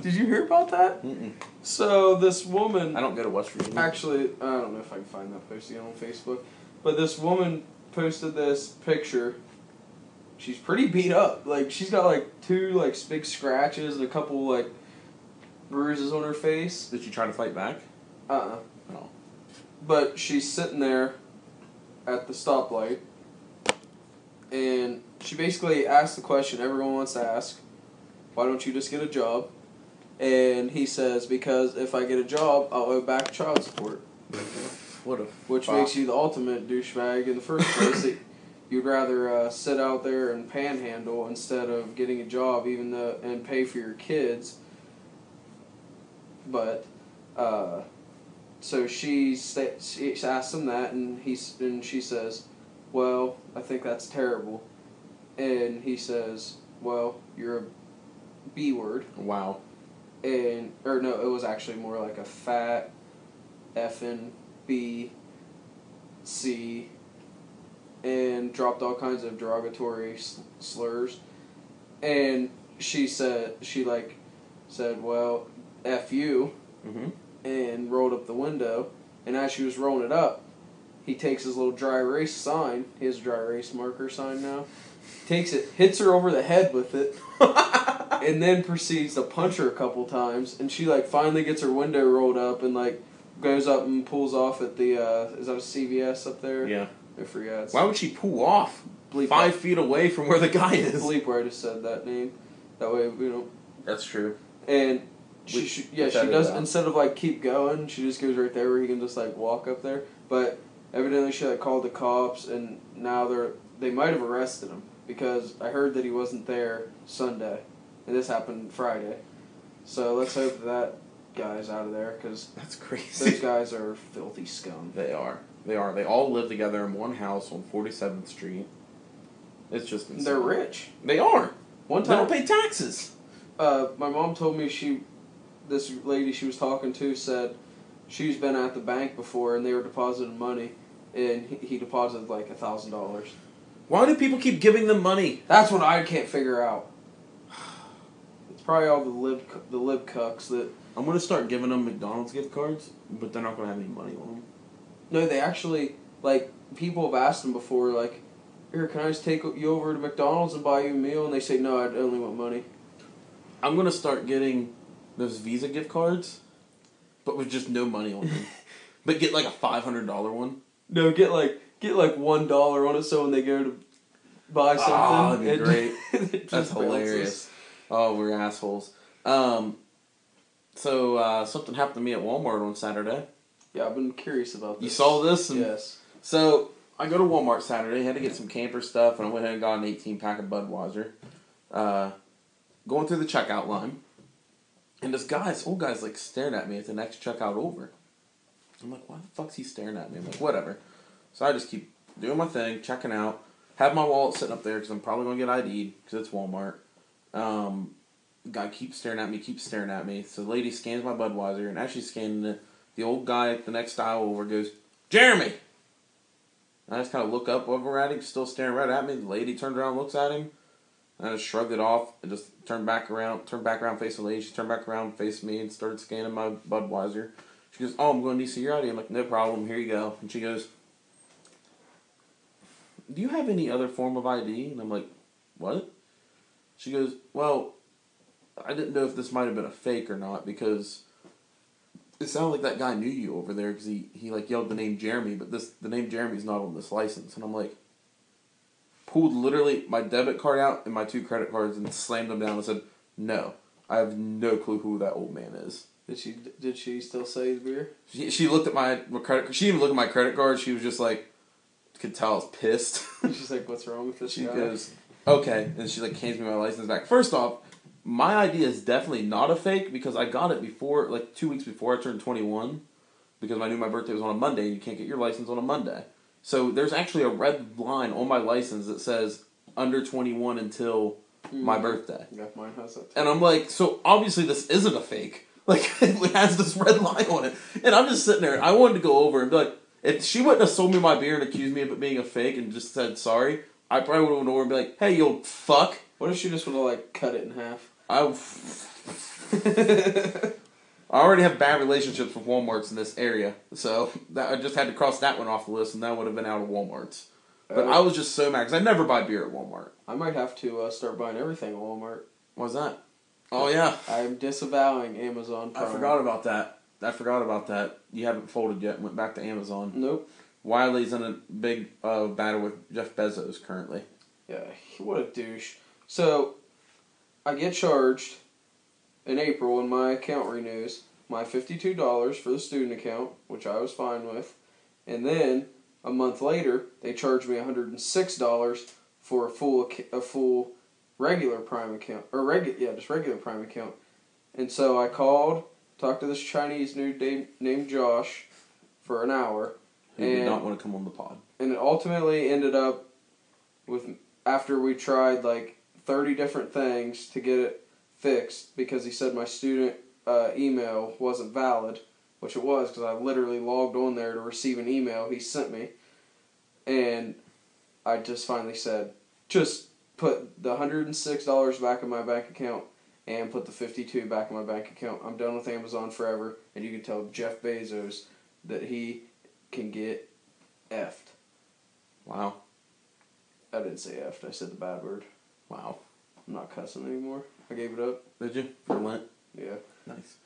D: Did you hear about that?
C: Mm-mm.
D: So this woman.
C: I don't go to West Virginia.
D: Actually, I don't know if I can find that post again on Facebook, but this woman posted this picture. She's pretty beat up. Like she's got like two like big scratches and a couple like bruises on her face.
C: Did you try to fight back?
D: Uh. uh
C: No.
D: But she's sitting there at the stoplight, and she basically asked the question everyone wants to ask: Why don't you just get a job? And he says, Because if I get a job, I'll owe back child support.
C: What a
D: Which
C: fuck.
D: makes you the ultimate douchebag in the first place. that you'd rather uh, sit out there and panhandle instead of getting a job, even though and pay for your kids. But, uh, so she sta- she asked him that, and he s- and she says, "Well, I think that's terrible," and he says, "Well, you're a b word."
C: wow.
D: and or no, it was actually more like a fat effing B C and dropped all kinds of derogatory sl- slurs. And she said she like said, "Well, f you,"
C: Mm-hmm.
D: and rolled up the window. And as she was rolling it up, he takes his little dry erase sign, his dry erase marker sign now, takes it, hits her over the head with it, and then proceeds to punch her a couple times. And she like finally gets her window rolled up and like goes up and pulls off at the uh, is that a CVS up there?
C: Yeah.
D: I forgot. It's
C: Why would she pull off
D: Bleep
C: five feet away from where the guy is?
D: Bleep where I just said that name. That way we don't
C: That's true.
D: And she,
C: Which-
D: she yeah,
C: which
D: she
C: I did
D: does
C: that.
D: instead of like keep going, she just goes right there where he can just like walk up there. But evidently she like called the cops and now they're they might have arrested him because I heard that he wasn't there Sunday and this happened Friday. So let's hope that guy's out of there because
C: That's
D: those
C: crazy.
D: guys are filthy scum.
C: they are. They are. They all live together in one house on 47th Street. It's just insane.
D: They're rich.
C: They are.
D: One
C: They don't
D: time
C: pay taxes.
D: uh, my mom told me she, this lady she was talking to said, she's been at the bank before and they were depositing money, and he, he deposited like a thousand dollars.
C: Why do people keep giving them money?
D: That's what I can't figure out. It's probably all the lib cu- the lib cucks that
C: I'm gonna start giving them McDonald's gift cards, but they're not gonna have any money on them.
D: no they actually like people have asked them before like. Here, can I just take you over to McDonald's and buy you a meal? And they say, no, I only want money.
C: I'm gonna start getting those Visa gift cards, but with just no money on them. but get like a five hundred dollar one.
D: No, get like get like one dollar on it, so when they go to buy something,
C: Ah, that'd be
D: it-
C: great.
D: it just
C: That's
D: bounces.
C: hilarious. Oh, we're assholes. Um, so uh, something happened to me at Walmart on Saturday.
D: Yeah, I've been curious about
C: You
D: this.
C: saw this, and
D: Yes.
C: so I go to Walmart Saturday. Had to get some camper stuff, and I went ahead and got an eighteen pack of Budweiser. Uh, going through the checkout line, and this guy, this old guy's like staring at me at the next checkout over. I'm like, why the fuck's he staring at me? I'm like, whatever. So I just keep doing my thing, checking out. Have my wallet sitting up there because I'm probably gonna get ID'd because it's Walmart. Um, guy keeps staring at me, keeps staring at me. So the lady scans my Budweiser, and as she's scanning it, the old guy at the next aisle over goes, Jeremy! And I just kind of look up over at him, still staring right at me. The lady turns around, looks at him. And I just shrugged it off and just turned back around, turned back around, faced the lady. She turned back around, faced me, and started scanning my Budweiser. She goes, Oh, I'm going to DC your ID. I'm like, No problem, here you go. And she goes, Do you have any other form of ID? And I'm like, What? She goes, Well, I didn't know if this might have been a fake or not because it sounded like that guy knew you over there because he, he like yelled the name Jeremy, but this the name Jeremy's not on this license, and I'm like pulled literally my debit card out and my two credit cards and slammed them down and said no, I have no clue who that old man is.
D: Did she did she still say his beer?
C: She, she looked at my, my credit. She didn't even look at my credit card. She was just like, could tell I was pissed.
D: She's like, what's wrong with this
C: She
D: guy?
C: goes, okay, and she like hands me my license back. First off, my idea is definitely not a fake because I got it before, like two weeks before I turned twenty one, because I knew my birthday was on a Monday. and You can't get your license on a Monday, so there's actually a red line on my license that says under twenty one until my birthday.
D: Yeah, mine has that.
C: And I'm like, so obviously this isn't a fake. Like it has this red line on it, and I'm just sitting there. I wanted to go over and be like, if she wouldn't have sold me my beer and accused me of it being a fake and just said sorry, I probably would have went over and be like, hey, you old fuck.
D: What if she just would have like cut it in half?
C: I I already have bad relationships with Walmarts in this area, so that I just had to cross that one off the list, and that would have been out of Walmarts.
D: Oh.
C: But I was just so mad because I never buy beer at Walmart.
D: I might have to uh, start buying everything at Walmart.
C: Why's that? Oh yeah,
D: I'm disavowing Amazon.
C: I
D: Prime.
C: forgot about that. I forgot about that. You haven't folded yet. and Went back to Amazon.
D: Nope.
C: Wiley's in a big uh, battle with Jeff Bezos currently.
D: Yeah, he- what a douche. So, I get charged in April when my account renews my fifty-two dollars for the student account, which I was fine with, and then a month later they charged me one hundred and six dollars for a full ac- a full regular Prime account or regular yeah just regular Prime account, and so I called talked to this Chinese dude named- named Josh for an hour,
C: Who did
D: And-
C: not want to come on the pod?
D: and it ultimately ended up with after we tried like 30 different things to get it fixed because he said my student uh, email wasn't valid which it was because i literally logged on there to receive an email he sent me and i just finally said just put the $106 back in my bank account and put the 52 back in my bank account i'm done with amazon forever and you can tell jeff bezos that he can get effed
C: Wow,
D: I didn't say effed. I said the bad word.
C: wow.
D: I'm not cussing anymore. I gave it up.
C: Did you for Lent?
D: Yeah.
C: Nice.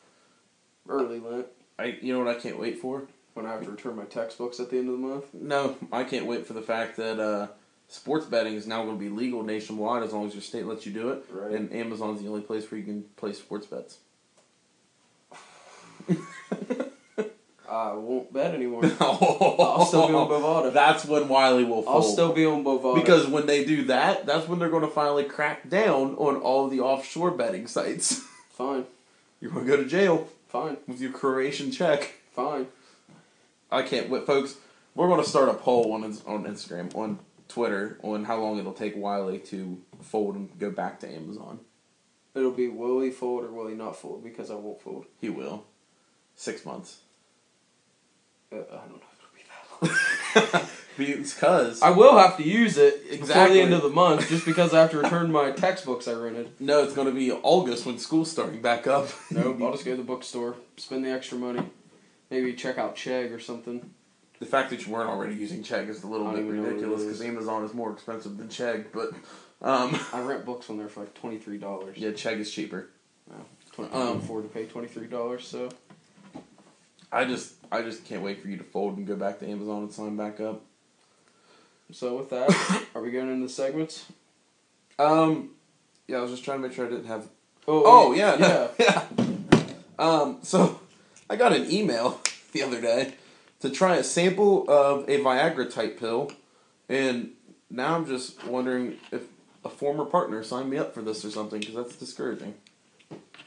D: Early Lent
C: I. You know what I can't wait for?
D: when I have to return my textbooks at the end of the month.
C: No, I can't wait for the fact that uh, sports betting is now going to be legal nationwide as long as your state lets you do it.
D: Right.
C: And Amazon's the only place where you can play sports bets.
D: I won't bet anymore.
C: I'll
D: still be on Bovada.
C: That's when Wiley will
D: I'll
C: fold.
D: still be on Bovada.
C: because when they do that, that's when they're going to finally crack down on all the offshore betting sites.
D: fine,
C: You're going to go to jail
D: fine,
C: with your Croatian check.
D: fine.
C: I can't wait, folks. We're going to start a poll on Ins- on Instagram, on Twitter, on how long it'll take Wiley to fold and go back to Amazon.
D: It'll be will he fold or will he not fold because I won't fold.
C: He will. Six months.
D: Uh, I don't know if it'll be that long.
C: Because
D: I will have to use it before
C: Exactly.
D: the end of the month just because I have to return my textbooks I rented.
C: no, it's going to be August when school's starting back up.
D: Nope, I'll just go to the bookstore, spend the extra money, maybe check out Chegg or something.
C: The fact that you weren't already using Chegg is a little
D: I don't
C: bit
D: even know what it
C: ridiculous
D: is.
C: because Amazon is more expensive than Chegg, but um,
D: I rent books on there for like twenty three dollars.
C: yeah, Chegg is cheaper.
D: Twen-
C: Um,
D: I can afford to pay twenty three dollars. So
C: I just I just can't wait for you to fold and go back to Amazon and sign back up.
D: so with that, are we going into the segments?
C: Um, yeah, I was just trying to make sure I didn't have Oh
D: Oh, wait,
C: yeah, no, yeah. Um, so I got an email the other day to try a sample of a Viagra type pill, and now I'm just wondering if a former partner signed me up for this or something because that's discouraging.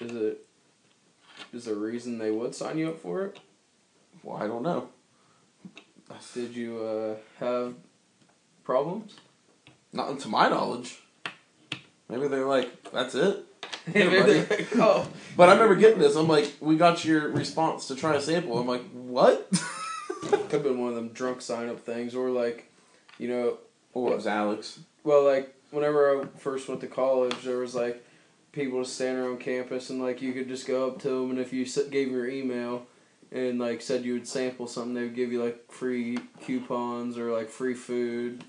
D: Is it? Is there a reason they would sign you up for it?
C: Well, I don't know.
D: Did you uh, have problems?
C: Not to my knowledge. Maybe they're like, that's it.
D: Maybe they're like, oh,
C: But I remember getting this. I'm like, we got your response to try a sample. I'm like, what?
D: could have been one of them drunk sign up things, or like, you know,
C: Or it was Alex.
D: well, like whenever I first went to college, there was like people just standing around campus, and like you could just go up to them, and if you s- gave them your email, and like said you would sample something, they would give you like free coupons or like free food,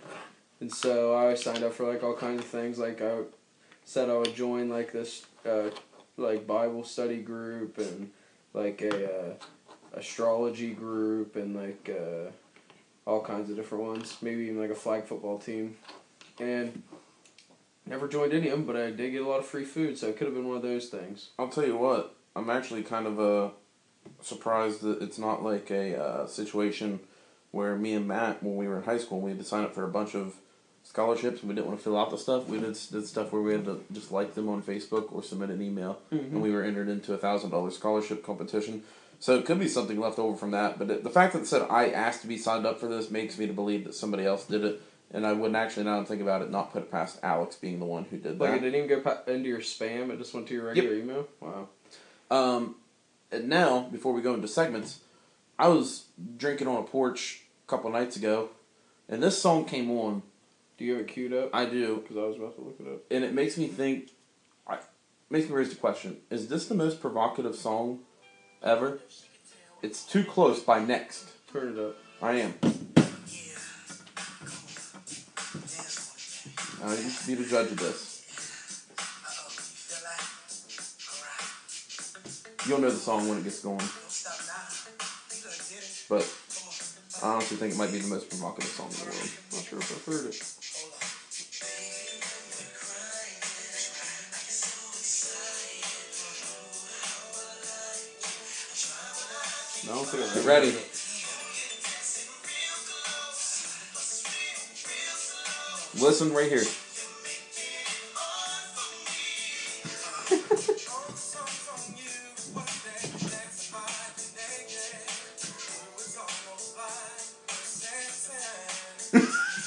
D: and so I signed up for like all kinds of things. Like I said, I would join like this uh, like Bible study group and like a uh, astrology group and like. Uh, all kinds of different ones, maybe even like a flag football team and never joined any of them, but I did get a lot of free food, so it could have been one of those things.
C: I'll tell you what. I'm actually kind of uh, surprised that it's not like a uh, situation where me and Matt, when we were in high school, we had to sign up for a bunch of scholarships and we didn't want to fill out the stuff. We did, did stuff where we had to just like them on Facebook or submit an email, and we were entered into a thousand dollar scholarship competition. So it could be something left over from that. But it, the fact that it said I asked to be signed up for this makes me to believe that somebody else did it. And I wouldn't actually, now that I think about it, not put it past Alex being the one who did that.
D: Like it didn't even go pa- into your spam; it just went to your regular email. Wow.
C: Um, And now, before we go into segments, I was drinking on a porch a couple nights ago, and this song came on.
D: Do you have it queued up?
C: I do,
D: Because I was about to look it up.
C: and it makes me think. I makes me raise the question: Is this the most provocative song ever? It's too close by next.
D: Turn it up.
C: I am. Uh, you should be the judge of this. You'll know the song when it gets going, but I honestly think it might be the most provocative song in the world.
D: Not sure if I've heard it. No, I don't think I've
C: Get
D: ever
C: ready.
D: heard it.
C: Listen right here.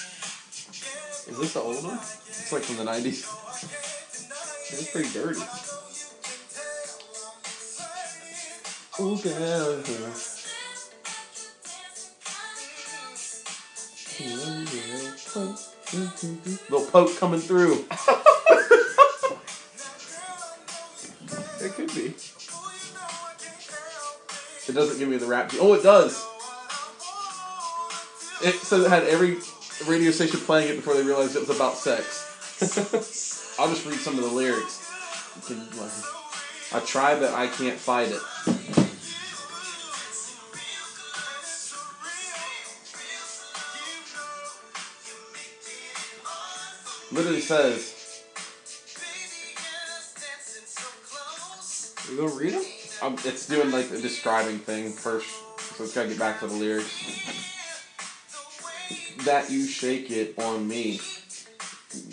D: Is this the old one?
C: It's like from the 90s.
D: This is pretty dirty.
C: Ooh, girl. Little poke coming through.
D: It could be.
C: It doesn't give me the rap. Oh, it does. It says it had every radio station playing it before they realized it was about sex. I'll just read some of the lyrics. You can, like, I try, but I can't fight it. Literally says,
D: You gonna read it?
C: um, it's doing like a describing thing first, so it's gotta get back to the lyrics. that you shake it on me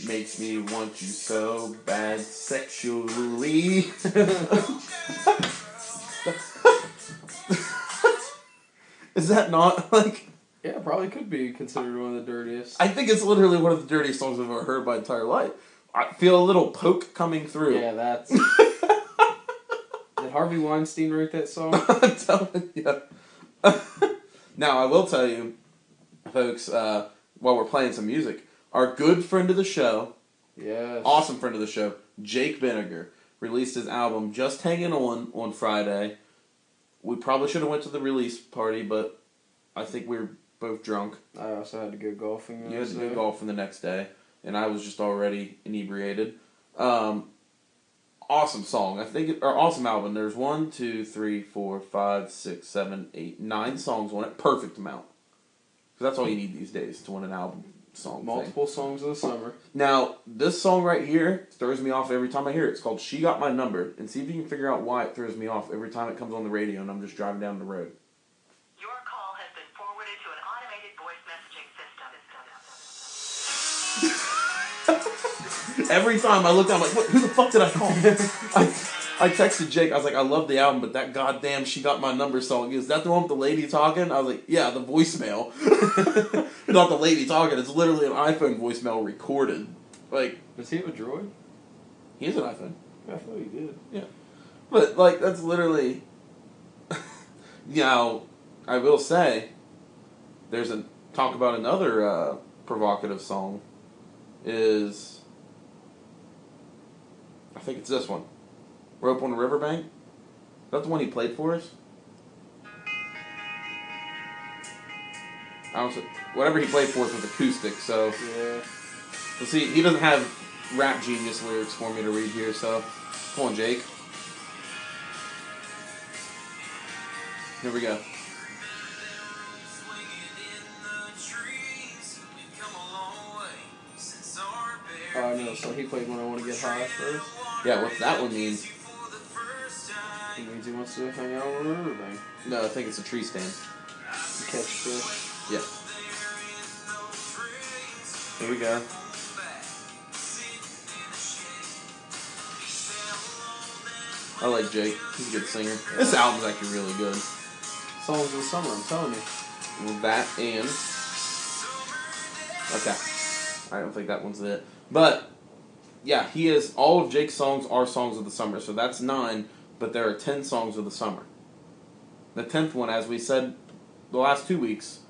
C: makes me want you so bad sexually. Is that not like?
D: Yeah, probably could be considered one of the dirtiest.
C: I think it's literally one of the dirtiest songs I've ever heard my entire life. I feel a little poke coming through.
D: yeah, that's. Did Harvey Weinstein write that song?
C: I'm telling you. now I will tell you, folks, uh, while we're playing some music, our good friend of the show,
D: Yes.
C: awesome friend of the show, Jake Vinegar, released his album Just Hanging On on Friday. We probably should have went to the release party, but I think we were both drunk.
D: I also had to go golfing. the
C: You had
D: other
C: to do
D: day.
C: golfing the next day, and I was just already inebriated. Um, awesome song, I think, it, or awesome album. There's one, two, three, four, five, six, seven, eight, nine songs on it. Perfect amount. 'Cause that's all you need these days to win an album song. thing.
D: Multiple songs of the summer.
C: Now, this song right here throws me off every time I hear it. It's called She Got My Number. And see if you can figure out why it throws me off every time it comes on the radio and I'm just driving down the road.
E: Your call has been forwarded to an automated voice messaging system.
C: Every time I look down, I'm like, what, who the fuck did I call? I, I texted Jake. I was like, I love the album, but that goddamn She Got My Number song. Is that the one with the lady talking? I was like, yeah, the voicemail. Not the lady talking. It's literally an iPhone voicemail recorded. Like,
D: Does he have a droid?
C: he has an iPhone.
D: I thought he did.
C: But like that's literally you know, I will say there's a talk about another uh, provocative song is I think it's this one. Rope on the Riverbank. Is that the one he played for us? I don't s- whatever he played for us was acoustic, so
D: Yeah.
C: well, see, he doesn't have rap genius lyrics for me to read here, so come on, Jake. Here we go.
D: Oh, no, so he played When I Want to Get High first.
C: Yeah, what that one means?
D: He means he wants to hang out with everything.
C: No, I think it's a tree stand.
D: Catch the.
C: Yeah. Here we go. I like Jake. He's a good singer. This album's actually really good.
D: Songs of the summer, I'm telling you.
C: Well, that and okay, I don't think that one's it. But yeah, he is. All of Jake's songs are songs of the summer, so that's nine. But there are ten songs of the summer. The tenth one, as we said the last two weeks,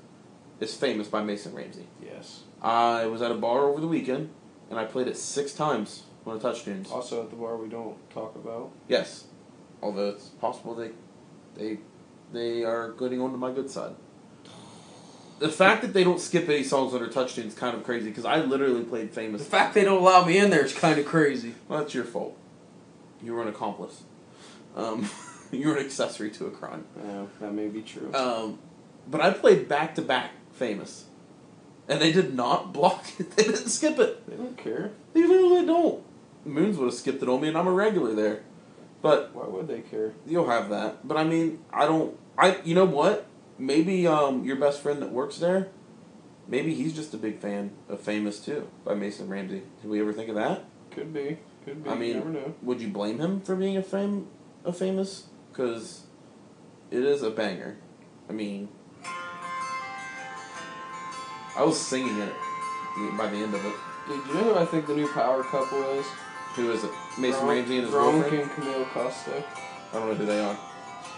C: is famous by Mason Ramsey.
D: Yes.
C: I was at a bar over the weekend, and I played it six times on a touchdown.
D: Also at the bar we don't talk about.
C: Yes, although it's possible they, they, they are getting onto my good side. The fact that they don't skip any songs under touchdown is kind of crazy because I literally played
D: The
C: famous.
D: fact they don't allow me in there is kind of crazy.
C: Well, that's your fault. You were an accomplice. Um, you were an accessory to a crime.
D: Yeah, that may be true.
C: Um, but I played back to back famous, and they did not block it. They didn't skip it.
D: they don't care.
C: They literally don't. Moons would have skipped it on me, and I'm a regular there. But
D: Why would they care?
C: you'll have that. But I mean, I don't. I you know what? Maybe um your best friend that works there, maybe he's just a big fan of Famous too by Mason Ramsey. Did we ever think of that?
D: Could be. Could be.
C: I mean,
D: you never know.
C: would you blame him for being a fam a famous? Because it is a banger. I mean, I was singing it by the end of it.
D: Dude, you know who I think the new power couple is?
C: Who is it? Mason
D: Gronk-
C: Ramsey and his
D: Gronk
C: girlfriend.
D: and Camille
C: I
D: Costa.
C: don't know who they are.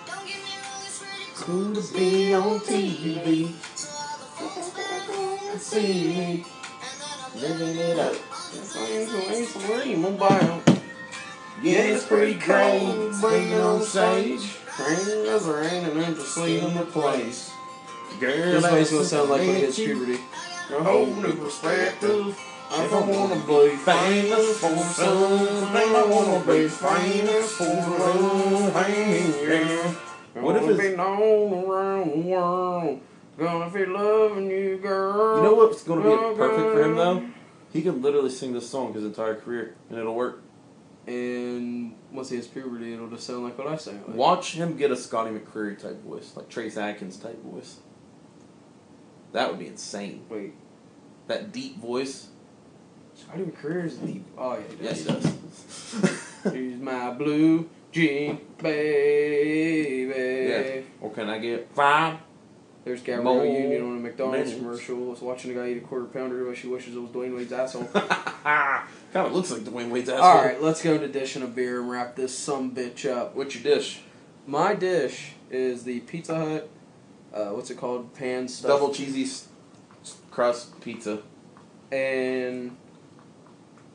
F: Don't get me wrong, it's really cool.
C: Cool to be on TV,
F: So all the folks back home
C: see me
F: And then I'm
C: living it up.
D: Yeah, it's pretty cold,
C: singing on stage.
D: Rain is rain and I'm just leaving the place.
C: Girl,
D: This
C: that's
D: makes me sound like
C: a
D: we hit
C: bitch.
D: puberty.
C: Your whole new perspective.
D: I don't wanna be
C: famous for something. I wanna be famous for something. Yeah. What if
D: Gonna
C: it's-
D: be known around the world? Gonna be loving you, girl.
C: You know what's going to be perfect for him though? He could literally sing this song his entire career, and it'll work.
D: And once he hits puberty, it'll just sound like what I say. Like,
C: Watch him get a Scotty McCreery type voice, like Trace Atkins type voice. That would be insane.
D: Wait,
C: That deep voice.
D: Scotty McCreery's deep. Oh yeah, he
C: Yes,
D: does.
C: he does.
D: Here's my blue jean,
C: yeah.
D: baby.
C: Or can I get five?
D: There's Gabrielle
C: Mo-
D: Union on a McDonald's
C: Minutes.
D: commercial. I was watching a guy eat a quarter pounder while she wishes it was Dwayne Wade's asshole.
C: kind of looks like Dwayne Wade's asshole.
D: All right, let's go to dishing a beer and wrap this some bitch up.
C: What's your dish?
D: My dish is the Pizza Hut. Uh, what's it called? Pan stuff.
C: Double cheesy s- s- crust pizza.
D: and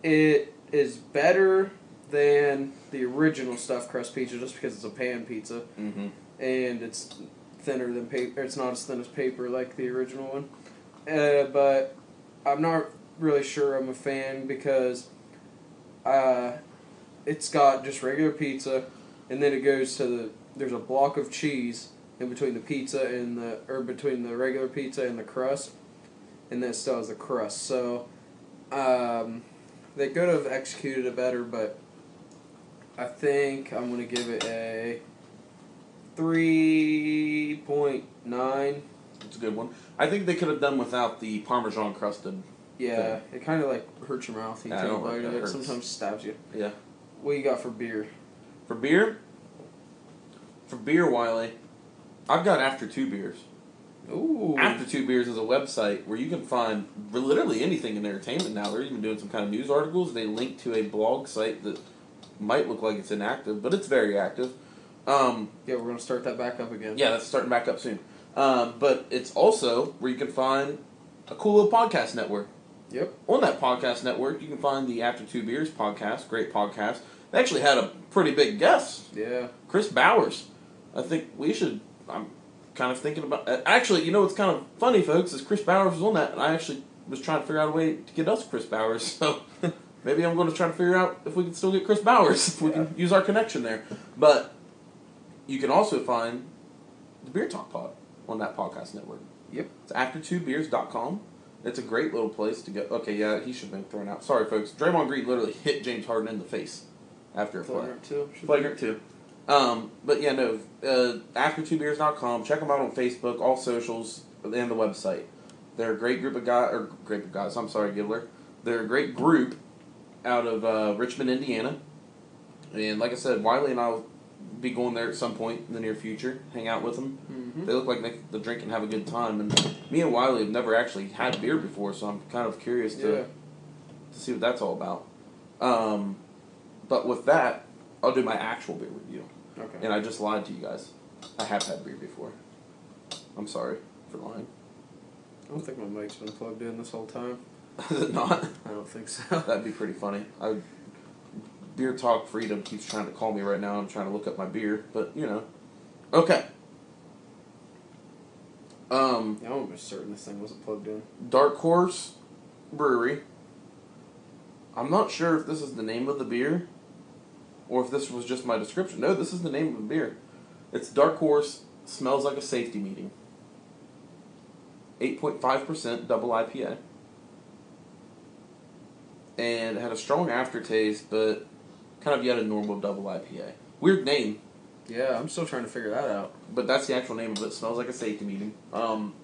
D: it is better than the original stuffed crust pizza just because it's a pan pizza
C: Mm-hmm.
D: and it's thinner than paper. It's not as thin as paper like the original one. Uh, but I'm not really sure I'm a fan because uh, it's got just regular pizza, and then it goes to the there's a block of cheese in between the pizza and the or between the regular pizza and the crust, and then it still has the crust. So um, they could have executed it better, but I think I'm gonna give it a. 3.9.
C: It's a good one. I think they could have done without the Parmesan crusted.
D: Yeah, it kind of like hurts your mouth. You
C: Yeah, I
D: take a
C: don't
D: bite
C: like
D: of
C: that.
D: it.
C: Hurts.
D: Sometimes stabs you.
C: Yeah.
D: What you got for beer?
C: For beer, for beer, Wiley, I've got After Two Beers.
D: Ooh.
C: After Two Beers is a website where you can find literally anything in entertainment now. They're even doing some kind of news articles. They link to a blog site that might look like it's inactive, but it's very active. Um,
D: Yeah, we're gonna start that back up again.
C: yeah, that's starting back up soon. Um, but it's also where you can find a cool little podcast network.
D: Yep.
C: On that podcast network, you can find the After Two Beers podcast, great podcast. They actually had a pretty big guest
D: Yeah.
C: Chris Bowers. I think we should. I'm kind of thinking about. uh, Actually, you know what's kind of funny, folks, is Chris Bowers was on that, and I actually was trying to figure out a way to get us Chris Bowers. So maybe I'm going to try to figure out if we can still get Chris Bowers if we can use our connection there. But you can also find the Beer Talk Pod on that podcast network.
D: Yep.
C: It's after2beers.com. It's a great little place to go. Okay, yeah, he should have been thrown out. Sorry, folks. Draymond Green literally hit James Harden in the face after a play.
D: Flagrant too. Should be-
C: Flagrant too. Um, but yeah, no. Uh, after2beers.com. Check them out on Facebook, all socials, and the website. They're a great group of guys, or great group of guys. I'm sorry, Gibbler. They're a great group out of uh, Richmond, Indiana. And like I said, Wiley and I'll be going there at some point in the near future. Hang out with them.
D: Mhm.
C: They look like they, they drink and have a good time. And me and Wiley have never actually had beer before, so I'm kind of curious to
D: Yeah.
C: to see what that's all about. Um, but with that, I'll do my actual beer review.
D: Okay.
C: And I just lied to you guys. I have had beer before. I'm sorry for lying.
D: I don't think my mic's been plugged in this whole time.
C: Is it not?
D: I don't think so.
C: That'd be pretty funny. I beer talk freedom keeps trying to call me right now. I'm trying to look up my beer, but you know. Okay. Um,
D: Yeah, I'm almost certain this thing wasn't plugged in.
C: Dark Horse Brewery. I'm not sure if this is the name of the beer, or if this was just my description. No, this is the name of the beer. It's Dark Horse. Smells like a safety meeting. Eight point five percent double IPA. And it had a strong aftertaste, but kind of yet a normal double IPA. Weird name,
D: Yeah, I'm still trying to figure that out.
C: but that's the actual name of it. Smells like a safety meeting. Um,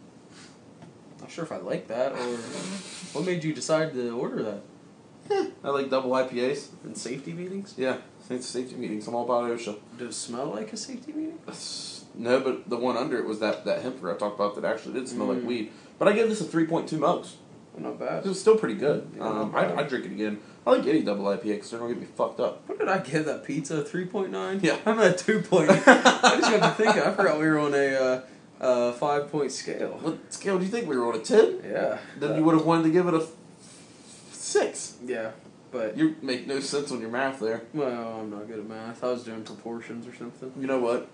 D: Not sure if I like that or what made you decide to order that
C: I like double IPAs.
D: in safety meetings.
C: Yeah, it's safety meetings. I'm all about OSHA.
D: Did it smell like a safety meeting?
C: No, but the one under it was that that hemper I talked about that actually did smell
D: Mm.
C: like weed. But I gave this a three point two mugs.
D: Not
C: It
D: bad.
C: was still pretty good.
D: Yeah,
C: um,
D: not
C: I
D: bad.
C: I drink it again. I like any double IPA because they're gonna get me fucked up.
D: What did I give that pizza? A 3.9?
C: Yeah.
D: I'm at a 2.8. I just got to think. I forgot we were on a uh, uh, 5 point scale.
C: What scale do you think we were on a ten?
D: Yeah.
C: Then you would have wanted to give it a six.
D: Yeah. But,
C: You make no sense on your math there.
D: well, I'm not good at math. I was doing proportions or something.
C: You know what?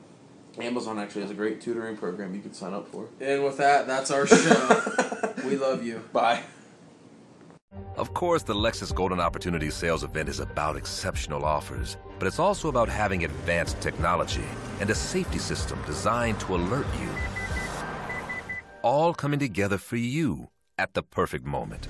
C: Amazon actually has a great tutoring program you can sign up for.
D: And with that, that's our show. we love you.
C: Bye.
G: Of course, the Lexus Golden Opportunity Sales Event is about exceptional offers, but it's also about having advanced technology and a safety system designed to alert you. All coming together for you at the perfect moment.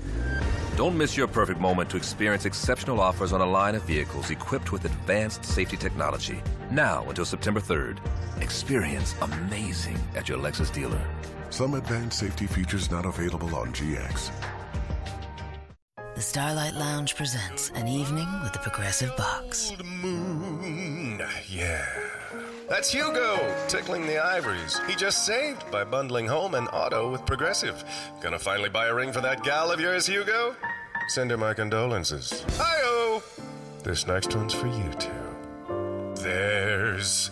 G: Don't miss your perfect moment to experience exceptional offers on a line of vehicles equipped with advanced safety technology. Now until September 3rd. Experience amazing at your Lexus dealer.
H: Some advanced safety features not available on GX.
I: The Starlight Lounge presents an evening with the Progressive Box.
J: Old moon. Yeah. That's Hugo tickling the ivories. He just saved by bundling home and auto with Progressive. Gonna finally buy a ring for that gal of yours, Hugo? Send her my condolences. Hi-oh! This next one's for you too. There's